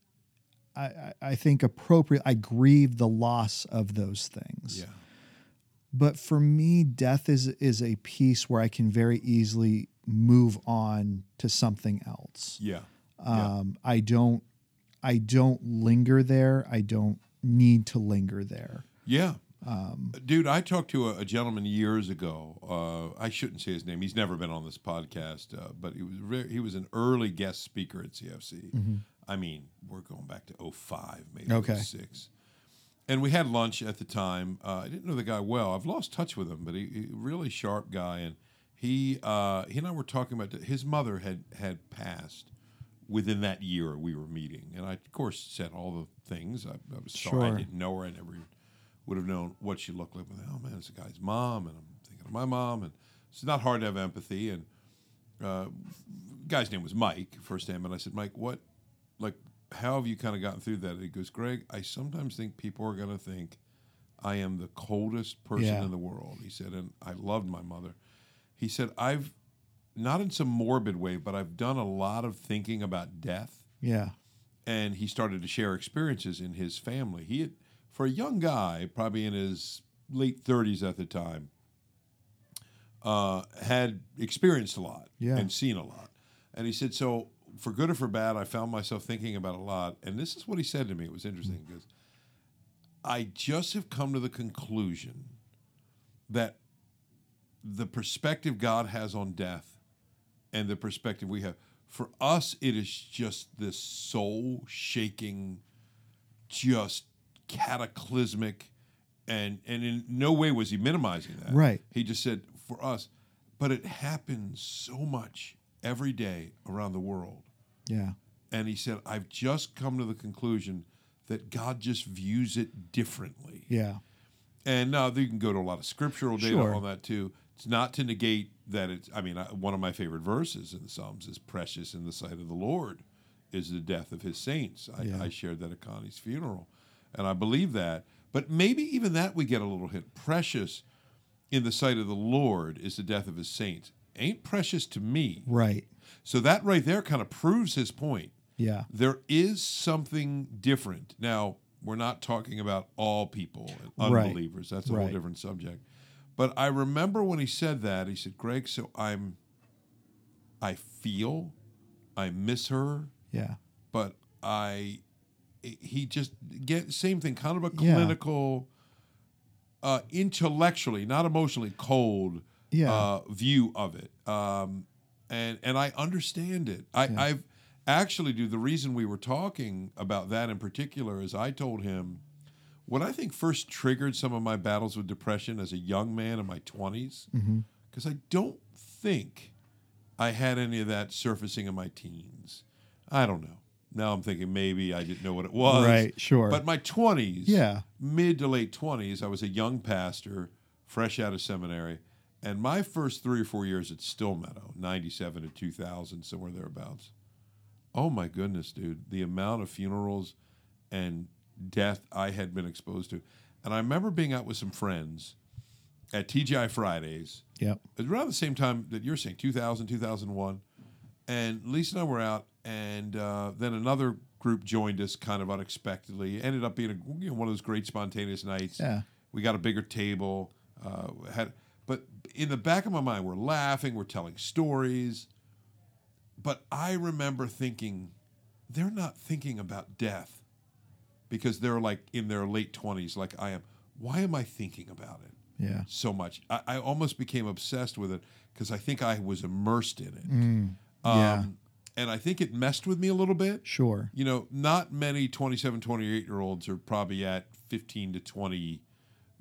I, I, I think appropriate, I grieve the loss of those things.
yeah.
But for me, death is, is a piece where I can very easily move on to something else.
Yeah. yeah.
Um, I don't, I don't linger there. I don't need to linger there.
Yeah.
um,
Dude, I talked to a, a gentleman years ago. Uh, I shouldn't say his name. He's never been on this podcast, uh, but he was very, he was an early guest speaker at CFC. I mean, we're going back to 05, maybe
Mm-hmm. Okay.
06. And we had lunch at the time. Uh, I didn't know the guy well. I've lost touch with him, but he, he really sharp guy. And he uh, he and I were talking about that his mother had had passed within that year we were meeting, and I of course said all the things. I, I was sorry I
Sure.
didn't know her. I never even would have known what she looked like. But, oh man, it's a guy's mom, and I'm thinking of my mom, and it's not hard to have empathy. And guy's name was Mike, first name, and I said, Mike, what, like, how have you kind of gotten through that? And he goes, Greg, I sometimes think people are going to think I am the coldest person
Yeah.
in the world. He said, and I loved my mother. He said, I've, not in some morbid way, but I've done a lot of thinking about death
Yeah.
and he started to share experiences in his family. He had, for a young guy, probably in his late 30s at the time, uh, had experienced a lot
Yeah.
and seen a lot. And he said, So for good or for bad, I found myself thinking about it a lot. And this is what he said to me. It was interesting because I just have come to the conclusion that the perspective God has on death and the perspective we have, for us, it is just this soul shaking, just cataclysmic. And, and in no way was he minimizing that.
Right.
He just said, for us, but it happens so much every day around the world.
Yeah.
And he said, I've just come to the conclusion that God just views it differently.
Yeah.
And now you can go to a lot of scriptural data
Sure.
on that too. It's not to negate that it's, I mean, I, one of my favorite verses in the Psalms is precious in the sight of the Lord is the death of his saints. I,
Yeah.
I shared that at Connie's funeral. And I believe that. But maybe even that we get a little hit. Precious in the sight of the Lord is the death of his saints. Ain't precious to me.
Right.
So that right there kind of proves his point.
Yeah.
There is something different. Now, we're not talking about all people, and
Right.
unbelievers. That's a
Right.
whole different subject. But I remember when he said that, he said, Greg, so I'm, I feel, I miss her,
Yeah.
but I, he just, get same thing, kind of a
Yeah.
clinical, uh, intellectually, not emotionally cold
Yeah.
uh, view of it. Um, and and I understand it. I, I've actually do the reason we were talking about that in particular is I told him what I think first triggered some of my battles with depression as a young man in my 20s
Mm-hmm.
because I don't think I had any of that surfacing in my teens. I don't know. Now I'm thinking maybe I didn't know what it was.
Right, sure.
But my 20s
Yeah.
mid to late 20s, I was a young pastor, fresh out of seminary. And my first three or four years at Still Meadow, 97 to 2000, somewhere thereabouts. Oh my goodness, dude. The amount of funerals and death I had been exposed to. And I remember being out with some friends at TGI Fridays.
Yep.
It was around the same time that you're saying 2000 2001 and lisa and i were out and uh, then another group joined us kind of unexpectedly it ended up being a, you know, one of those great spontaneous nights
Yeah.
we got a bigger table uh, had but in the back of my mind we're laughing we're telling stories but i remember thinking they're not thinking about death because they're like in their late 20s like i am why am i thinking about it
Yeah.
so much. I, I almost became obsessed with it because I think I was immersed in it.
Mm,
Um,
yeah.
And I think it messed with me a little bit.
Sure.
You know, not many 27, 28 year olds are probably at 15 to 20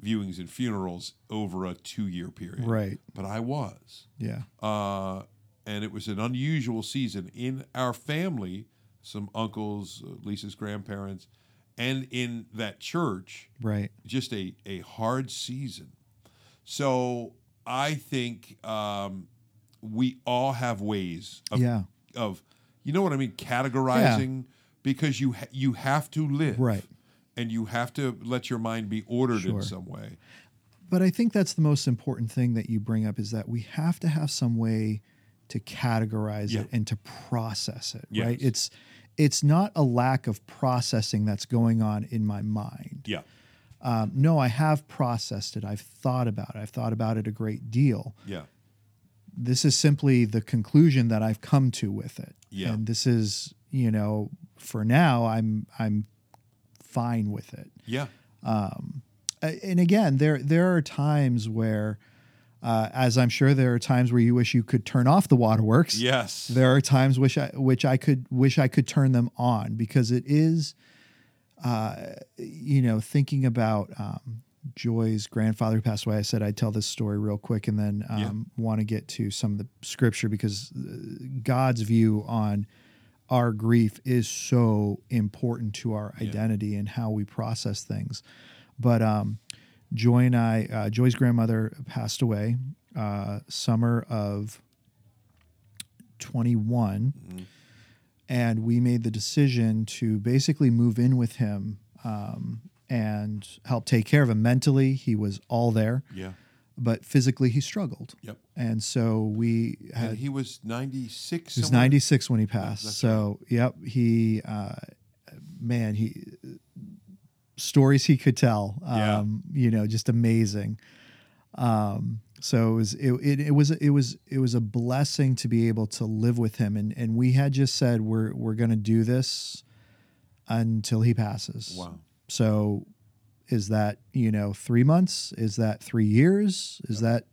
viewings and funerals over a two year period.
Right.
But I was.
Yeah.
Uh, and it was an unusual season in our family, some uncles, uh, Lisa's grandparents, and in that church
Right.
just a, a hard season. So I think um, we all have ways of,
Yeah.
of you know what I mean, categorizing because you ha- you have to live
Right.
and you have to let your mind be ordered
Sure.
in some way.
But I think that's the most important thing that you bring up is that we have to have some way to categorize
Yeah.
it and to process it,
Yes.
right? It's it's not a lack of processing that's going on in my mind.
Yeah,
Um, no, I have processed it. I've thought about it. I've thought about it a great deal.
yeah,
This is simply the conclusion that I've come to with it.
Yeah.
And this is, you know, for now, I'm I'm fine with it
yeah,
uh, and again, there there are times where, uh, as I'm sure there are times where you wish you could turn off the waterworks.
yes,
There are times which I which I could wish I could turn them on because it is, uh, you know, thinking about um, Joy's grandfather who passed away. I said I'd tell this story real quick and then um, want to get to some of the scripture because uh, God's view on our grief is so important to our identity and how we process things. But um, Joy and I, uh, Joy's grandmother passed away uh, summer of 21
Mm-hmm.
and we made the decision to basically move in with him um, and help take care of him mentally he was all there
yeah,
but physically he struggled
yep.
and so we had
And he was ninety six.
he was 96 when he passed
That's
so yep he uh, man he stories he could tell
Yeah.
um, you know just amazing Um, so it was it, it, it was it was it was a blessing to be able to live with him, and and we had just said we're we're gonna do this until he passes.
Wow.
So is that you know three months? Is that three years? Is that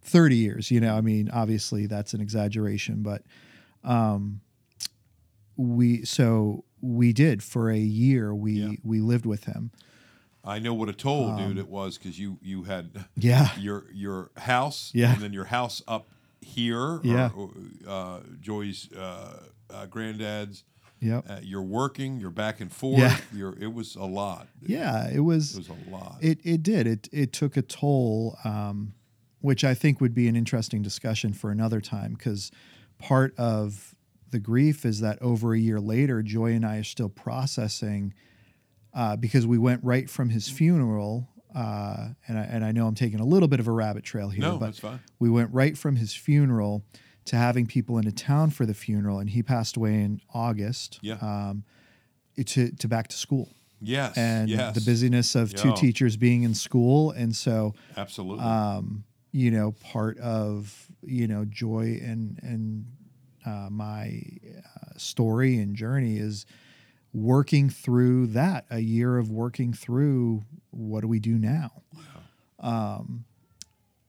thirty years? You know, I mean, obviously that's an exaggeration, but um, we so we did for a year. We
Yeah.
we lived with him.
I know what a toll,
Um,
dude, it was because you you had
Yeah.
your your house
Yeah.
and then your house up here or,
Yeah.
or, uh, Joy's uh, uh, granddad's.
Yep.
Uh, you're working. You're back and forth.
Yeah.
You're. It was a lot.
Yeah. It
It was a lot.
It it did. It it took a toll, um, which I think would be an interesting discussion for another time. Because part of the grief is that over a year later, Joy and I are still processing, uh, because we went right from his funeral, uh, and I, and I know I'm taking a little bit of a rabbit trail here,
no,
but
that's fine.
we went right from his funeral to having people into town for the funeral, and he passed away in August.
Yeah.
Um, to to back to school
Yes.
and
yes.
the busyness of two
Yeah.
teachers being in school and so
Absolutely.
uh, you know part of you know joy and and uh, my uh, story and journey is working through that a year of working through what do we do now um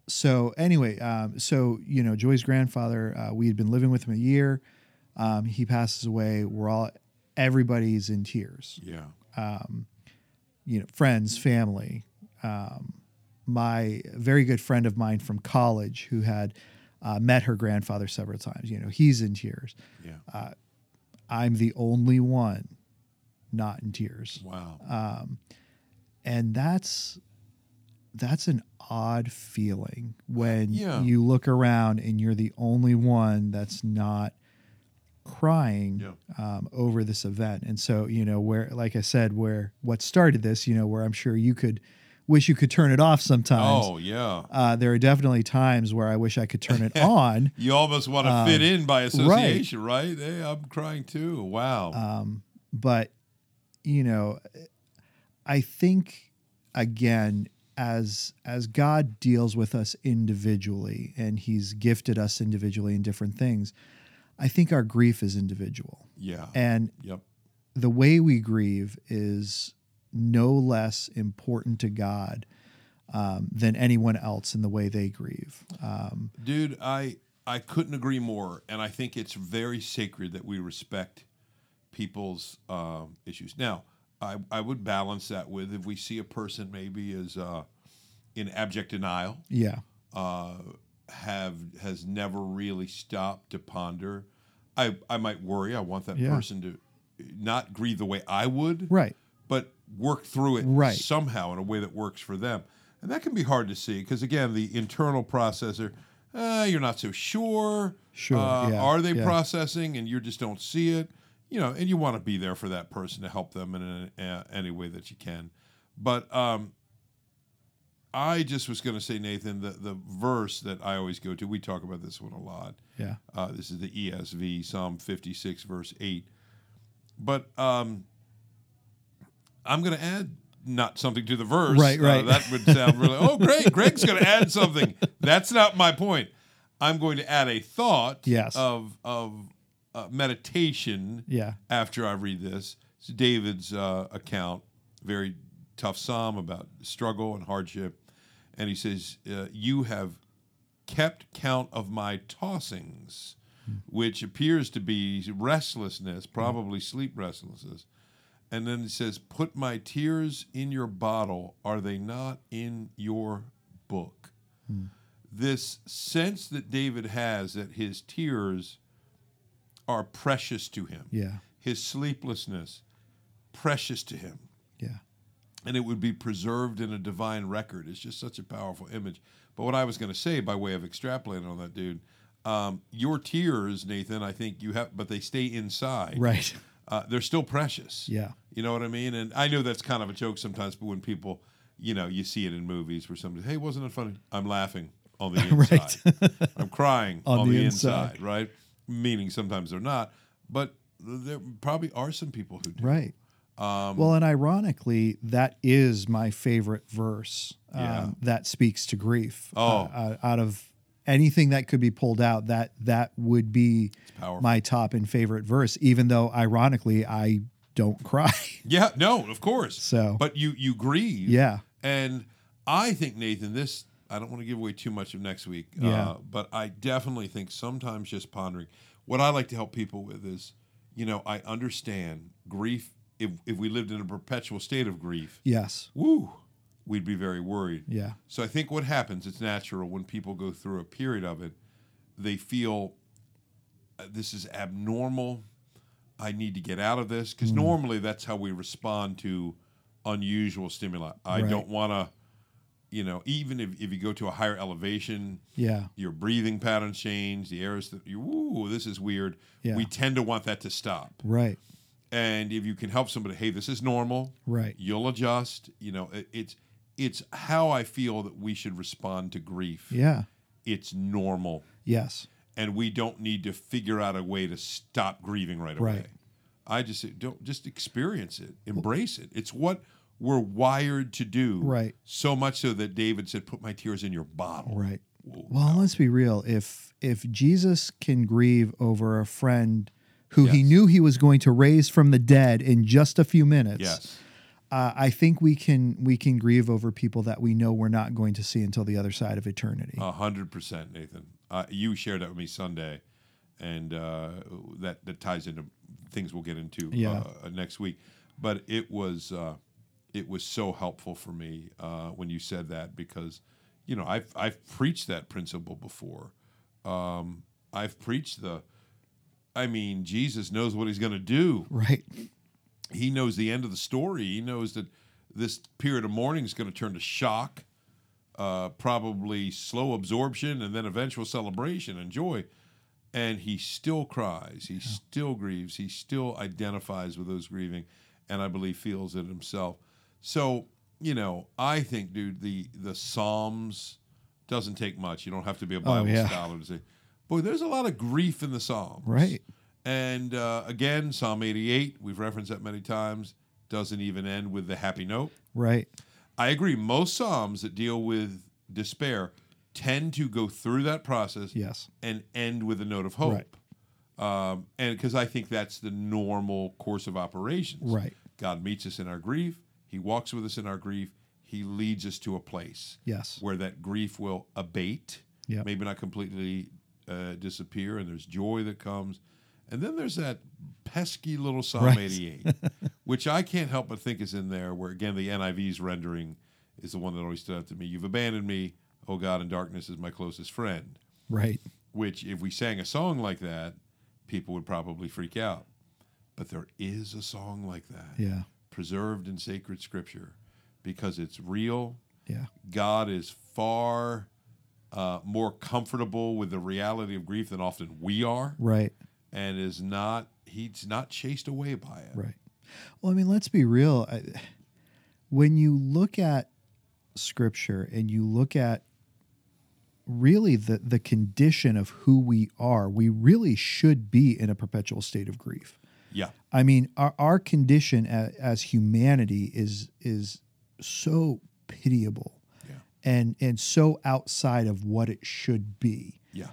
so anyway um so you know joy's grandfather uh, we had been living with him a year um he passes away we're all everybody's in tears
yeah.
you know, friends, family. Um, my very good friend of mine from college who had uh, met her grandfather several times, you know, he's in tears.
Yeah.
uh, I'm the only one not in tears.
wow.
And that's that's an odd feeling when
Yeah.
you look around and you're the only one that's not crying
Yeah.
um, over this event. And so, you know, where, like I said, where what started this, you know, where I'm sure you could wish you could turn it off sometimes.
oh yeah.
Uh, there are definitely times where I wish I could turn it on.
You almost want to
Uh,
fit in by association, right? Hey, I'm crying too. Wow.
Uh, Um, but you know i think again as as god deals with us individually and he's gifted us individually in different things i think our grief is individual
yeah.
and
yep.
the way we grieve is no less important to god um, than anyone else in the way they grieve um,
Dude, I I couldn't agree more, and I think it's very sacred that we respect people's um, issues. Now, I I would balance that with if we see a person maybe is uh, in abject denial,
yeah
uh, have has never really stopped to ponder. I I might worry. I want that
Yeah.
person to not grieve the way I would,
right
but work through it
Right.
somehow in a way that works for them. And that can be hard to see because, again, the internal processor, uh, you're not so sure.
Sure,
Uh,
yeah,
Are they
yeah.
processing and you just don't see it? You know, and you want to be there for that person to help them in a, uh, any way that you can. But um, I just was going to say, Nathan, the, the verse that I always go to, we talk about this one a lot.
yeah
Uh, this is the ESV, Psalm 56, verse 8. But um, I'm going to add not something to the verse.
Right,
Uh,
right.
that would sound really, oh, great. Greg's going to add something. That's not my point. I'm going to add a thought
Yes.
of, of uh, meditation
yeah
after I read this. It's David's uh, account, very tough psalm about struggle and hardship. And he says, uh, You have kept count of my tossings, which appears to be restlessness, probably sleep restlessness. And then he says, Put my tears in your bottle. Are they not in your book? This sense that David has that his tears are precious to him
yeah
his sleeplessness precious to him
yeah
and it would be preserved in a divine record it's just such a powerful image but what i was going to say by way of extrapolating on that dude um, your tears nathan i think you have but they stay inside
right
uh, they're still precious
yeah
you know what i mean and i know that's kind of a joke sometimes but when people you know you see it in movies where somebody hey wasn't it funny i'm laughing on the inside
Right.
i'm crying on,
On
the,
the
inside. right meaning sometimes they're not but there probably are some people who do
right
Um,
Well, and ironically, that is my favorite verse um,
Yeah.
that speaks to grief.
Oh.
Uh, uh, out of anything that could be pulled out, that that would be
powerful.
my top and favorite verse. Even though, ironically, I don't cry.
yeah, no, of course.
so,
But you you grieve.
yeah,
And I think Nathan, this I don't want to give away too much of next week.
Yeah.
Uh, but I definitely think sometimes just pondering what I like to help people with is, you know, I understand grief. If if we lived in a perpetual state of grief,
yes,
woo, we'd be very worried.
yeah,
So I think what happens, it's natural when people go through a period of it, they feel uh, this is abnormal. I need to get out of this because
Hmm.
normally that's how we respond to unusual stimuli. I
Right.
don't want to, you know, even if, if you go to a higher elevation,
yeah,
your breathing patterns change, the air is, th- you, ooh, this is weird.
Yeah.
We tend to want that to stop.
right,
And if you can help somebody, hey, this is normal
right,
you'll adjust you know it, it's it's how i feel that we should respond to grief
yeah,
it's normal
yes,
and we don't need to figure out a way to stop grieving right away
Right.
i just don't just experience it embrace it it's what we're wired to do
Right.
so much so that david said put my tears in your bottle
right.
Whoa.
Well, let's be real. If if Jesus can grieve over a friend who he
Yes.
knew he was going to raise from the dead in just a few minutes,
yes
uh, I think we can we can grieve over people that we know we're not going to see until the other side of eternity.
A hundred percent, Nathan. Uh, you shared that with me Sunday, and uh, that that ties into things we'll get into
Yeah.
uh, next week. But it was uh, it was so helpful for me uh, when you said that because you know I've I've preached that principle before. Um, I've preached the. I mean, Jesus knows what he's going to do
Right.
he knows the end of the story. He knows that this period of mourning is going to turn to shock, uh, probably slow absorption, and then eventual celebration and joy. And he still cries. He still grieves. He still identifies with those grieving, and I believe feels it himself. So you know, I think, dude, the the Psalms doesn't take much. You don't have to be a Bible
yeah.
scholar to say, boy, there's a lot of grief in the Psalms.
Right.
And uh, again, Psalm 88, we've referenced that many times, doesn't even end with the happy note.
Right.
I agree, most Psalms that deal with despair tend to go through that process
Yes.
and end with a note of hope. Um, and because I think that's the normal course of operations.
Right.
God meets us in our grief, He walks with us in our grief, He leads us to a place
Yes.
where that grief will abate,
Yeah.
maybe not completely uh, disappear, and there's joy that comes. And then there's that pesky little Psalm
Right.
88, which I can't help but think is in there, where again, the NIV's rendering is the one that always stood out to me. You've abandoned me, oh God, and darkness is my closest friend.
Right.
Which, if we sang a song like that, people would probably freak out. But there is a song like that
Yeah.
preserved in sacred scripture because it's real,
Yeah.
God is far uh, more comfortable with the reality of grief than often we are,
Right.
and is not he's not chased away by it.
Right. Well, I mean, let's be real. I, when you look at scripture and you look at really the, the condition of who we are, we really should be in a perpetual state of grief.
Yeah,
I mean, our, our condition as, as humanity is is so pitiable
Yeah.
and and so outside of what it should be
yeah,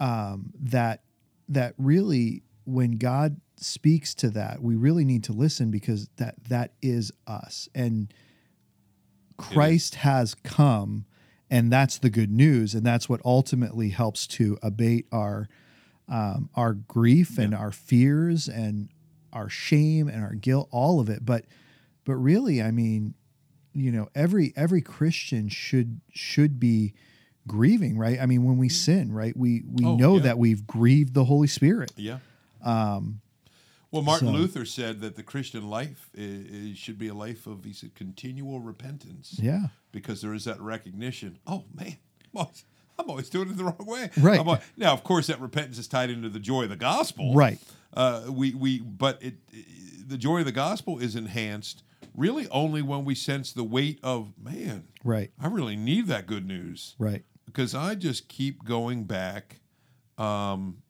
um, that that really when God speaks to that, we really need to listen because that that is us and Christ has come and that's the good news and that's what ultimately helps to abate our um, our grief and our fears and our shame and our guilt all of it but but really I mean you know every every Christian should should be grieving right I mean when we sin right we we
Mm-hmm. Oh,
know
yeah.
that we've grieved the Holy Spirit
yeah. Um, well, Martin
so-
Luther said that the Christian life is, should be a life of he said continual repentance.
yeah
because there is that recognition. Oh man, I'm always, I'm always doing it the wrong way.
Right.
I'm al- now, of course, that repentance is tied into the joy of the gospel.
Right.
Uh, we we but it, the joy of the gospel is enhanced really only when we sense the weight of man.
right
I really need that good news
right
because I just keep going back um,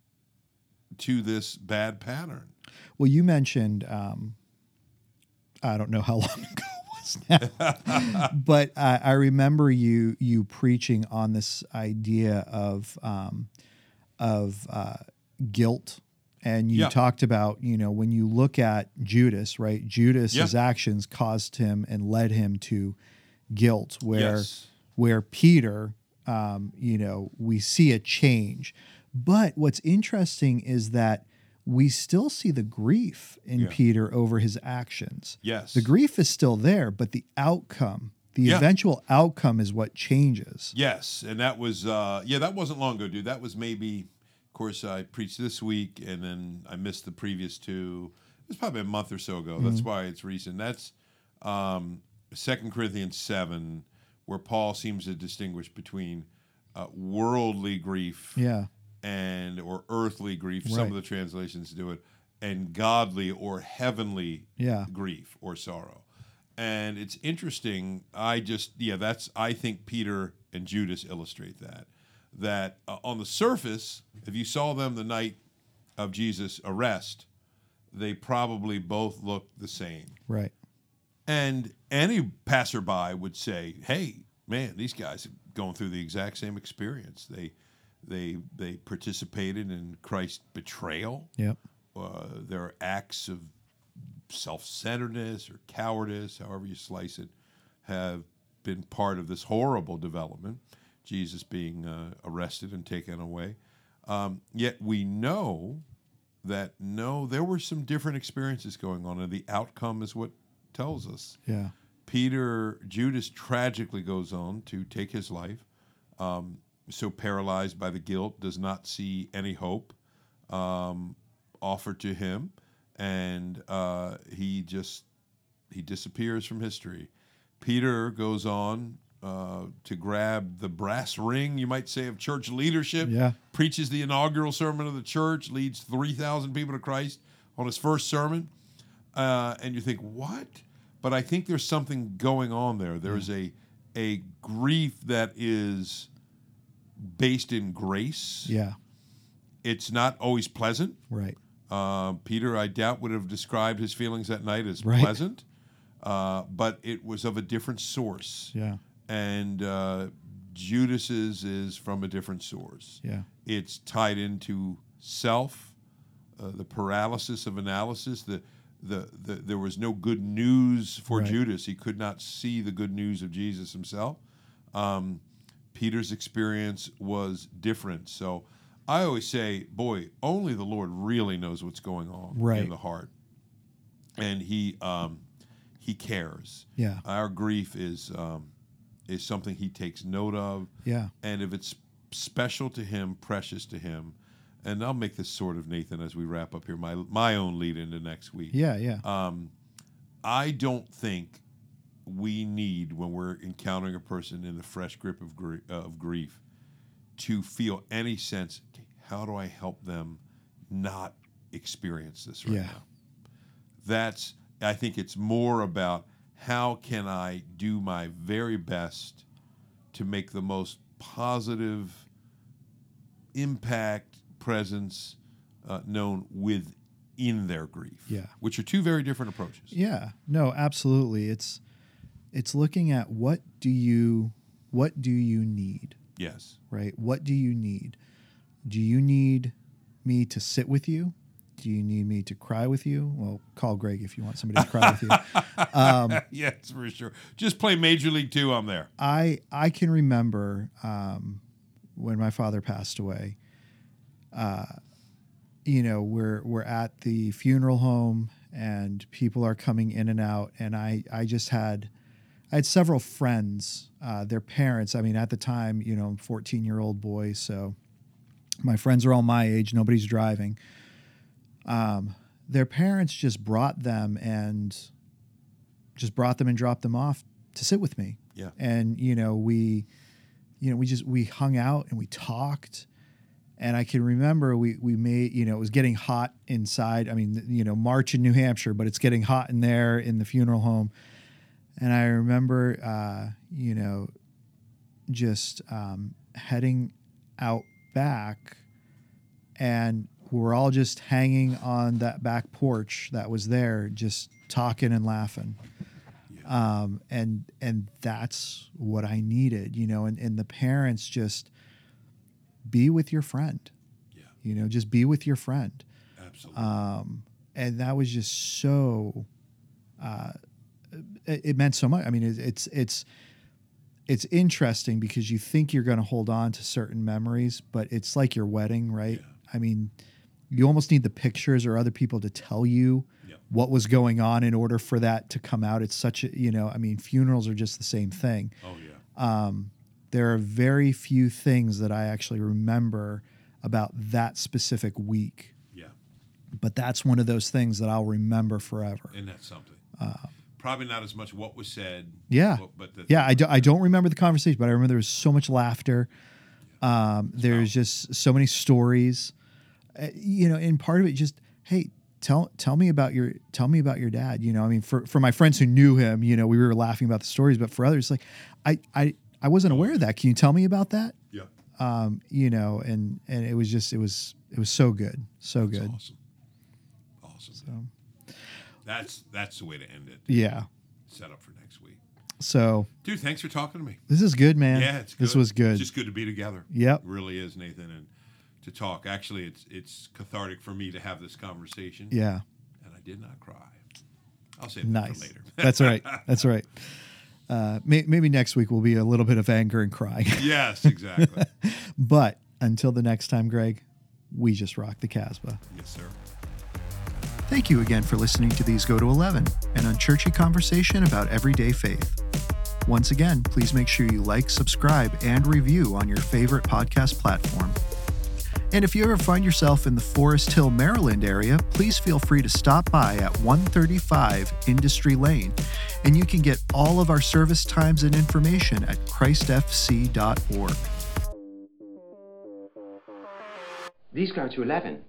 to this bad pattern.
Well, you mentioned um, I don't know how long ago it was now, but uh, I remember you you preaching on this idea of um, of uh, guilt, and you
Yeah.
talked about you know when you look at Judas, right? Judas'
Yeah.
actions caused him and led him to guilt, where
Yes.
where Peter, um, you know, we see a change. But what's interesting is that we still see the grief in
Yeah.
Peter over his actions.
Yes.
The grief is still there, but the outcome, the
Yeah.
eventual outcome is what changes.
Yes, and that was uh, yeah, that wasn't long ago, dude. That was maybe, of course, I preached this week, and then I missed the previous two. It was probably a month or so ago. That's
Mm-hmm.
why it's recent. That's um, 2 Corinthians seven, where Paul seems to distinguish between uh, worldly grief
Yeah.
and or earthly grief.
Right.
Some of the translations do it, and godly or heavenly
Yeah.
grief or sorrow. And it's interesting. I just yeah, that's I think Peter and Judas illustrate that. That uh, on the surface, if you saw them the night of Jesus' arrest, they probably both looked the same.
Right.
And any passerby would say, "Hey, man, these guys are going through the exact same experience. They, they, they participated in Christ's betrayal.
Yep.
Uh, there are acts of self-centeredness or cowardice, however you slice it, have been part of this horrible development. Jesus being uh, arrested and taken away. Um, yet we know that no, there were some different experiences going on, and the outcome is what tells us.
Yeah.
Peter Judas tragically goes on to take his life. Um, so paralyzed by the guilt, does not see any hope um, offered to him, and uh, he just he disappears from history. Peter goes on uh, to grab the brass ring, you might say, of church leadership.
Yeah.
Preaches the inaugural sermon of the church, leads three thousand people to Christ on his first sermon uh, and you think what? But I think there's something going on there. There's
Mm.
a a grief that is based in grace.
Yeah.
It's not always pleasant.
Right.
Uh, Peter, I doubt, would have described his feelings that night as
Right.
pleasant, uh, but it was of a different source,
Yeah.
and uh, Judas's is from a different source
Yeah.
it's tied into self, uh, the paralysis of analysis. The, the the there was no good news for
Right.
Judas. He could not see the good news of Jesus himself. Um, Peter's experience was different. So I always say, boy, only the Lord really knows what's going on
Right.
in the heart, and he um, he cares.
Yeah.
Our grief is um, is something he takes note of
Yeah.
and if it's special to him, precious to him, and I'll make this sort of Nathan as we wrap up here, my my own lead into next week.
Yeah. Yeah.
Um, I don't think we need when we're encountering a person in the fresh grip of gr- uh, of grief to feel any sense. "Okay, How do I help them not experience this right
Yeah.
now? That's I think it's more about how can I do my very best to make the most positive impact presence uh, known within their grief.
Yeah.
which are two very different approaches.
Yeah. No, absolutely. It's it's looking at what do you what do you need?
Yes.
right? What do you need? Do you need me to sit with you? Do you need me to cry with you? Well, call Greg if you want somebody to cry with you.
yes, for sure. Just play Major League Two. I'm there.
I I can remember um, when my father passed away. Uh, you know, we're we're at the funeral home and people are coming in and out, and I I just had I had several friends, uh, their parents. I mean, at the time, you know, I'm 14 year old boy, so my friends are all my age. Nobody's driving. Um, their parents just brought them and just brought them and dropped them off to sit with me
Yeah.
and you know we you know we just we hung out and we talked and i can remember we we made you know it was getting hot inside i mean you know march in new hampshire but it's getting hot in there in the funeral home and i remember uh you know just um heading out back and we were all just hanging on that back porch that was there, just talking and laughing. Um, and and that's what I needed, you know. And and the parents just be with your friend,
Yeah.
you know, just be with your friend.
Absolutely.
Uh, Um, And that was just so. Uh, it, it meant so much. I mean, it, it's it's it's interesting because you think you're going to hold on to certain memories, but it's like your wedding, right? I mean, you almost need the pictures or other people to tell you
Yep.
what was going on in order for that to come out. It's such a, you know, I mean, funerals are just the same thing.
oh yeah.
There are very few things that I actually remember about that specific week,
Yeah.
but that's one of those things that I'll remember forever.
And that's something. Probably not as much what was said.
Uh, Yeah.
But, but the,
yeah, I, do, I don't remember the conversation, but I remember there was so much laughter. Um, there's just so many stories, uh, you know. And part of it just, hey, tell tell me about your tell me about your dad. You know, I mean, for for my friends who knew him, you know, we were laughing about the stories, but for others, like, I I I wasn't aware of that. Can you tell me about that?
Yeah.
Um, you know, and and it was just it was it was so good, so good.
Awesome. Awesome. That's that's the way to end it.
Yeah.
Set up for next week.
So
Dude, thanks for talking to me.
this is good, man.
Yeah, it's good.
This was good.
It's just good to be together.
Yep.
It really is, Nathan, and to talk. Actually, it's it's cathartic for me to have this conversation.
yeah.
And I did not cry. I'll save that
Nice.
for later.
That's right. That's right. Uh, may, maybe next week will be a little bit of anger and crying.
yes, exactly.
but until the next time, Greg, we just rock the Casbah.
yes, sir.
Thank you again for listening to These Go to 11, an unchurchy conversation about everyday faith. Once again, please make sure you like, subscribe, and review on your favorite podcast platform. And if you ever find yourself in the Forest Hill, Maryland area, please feel free to stop by at 135 Industry Lane, and you can get all of our service times and information at christfc.org.
These go to 11.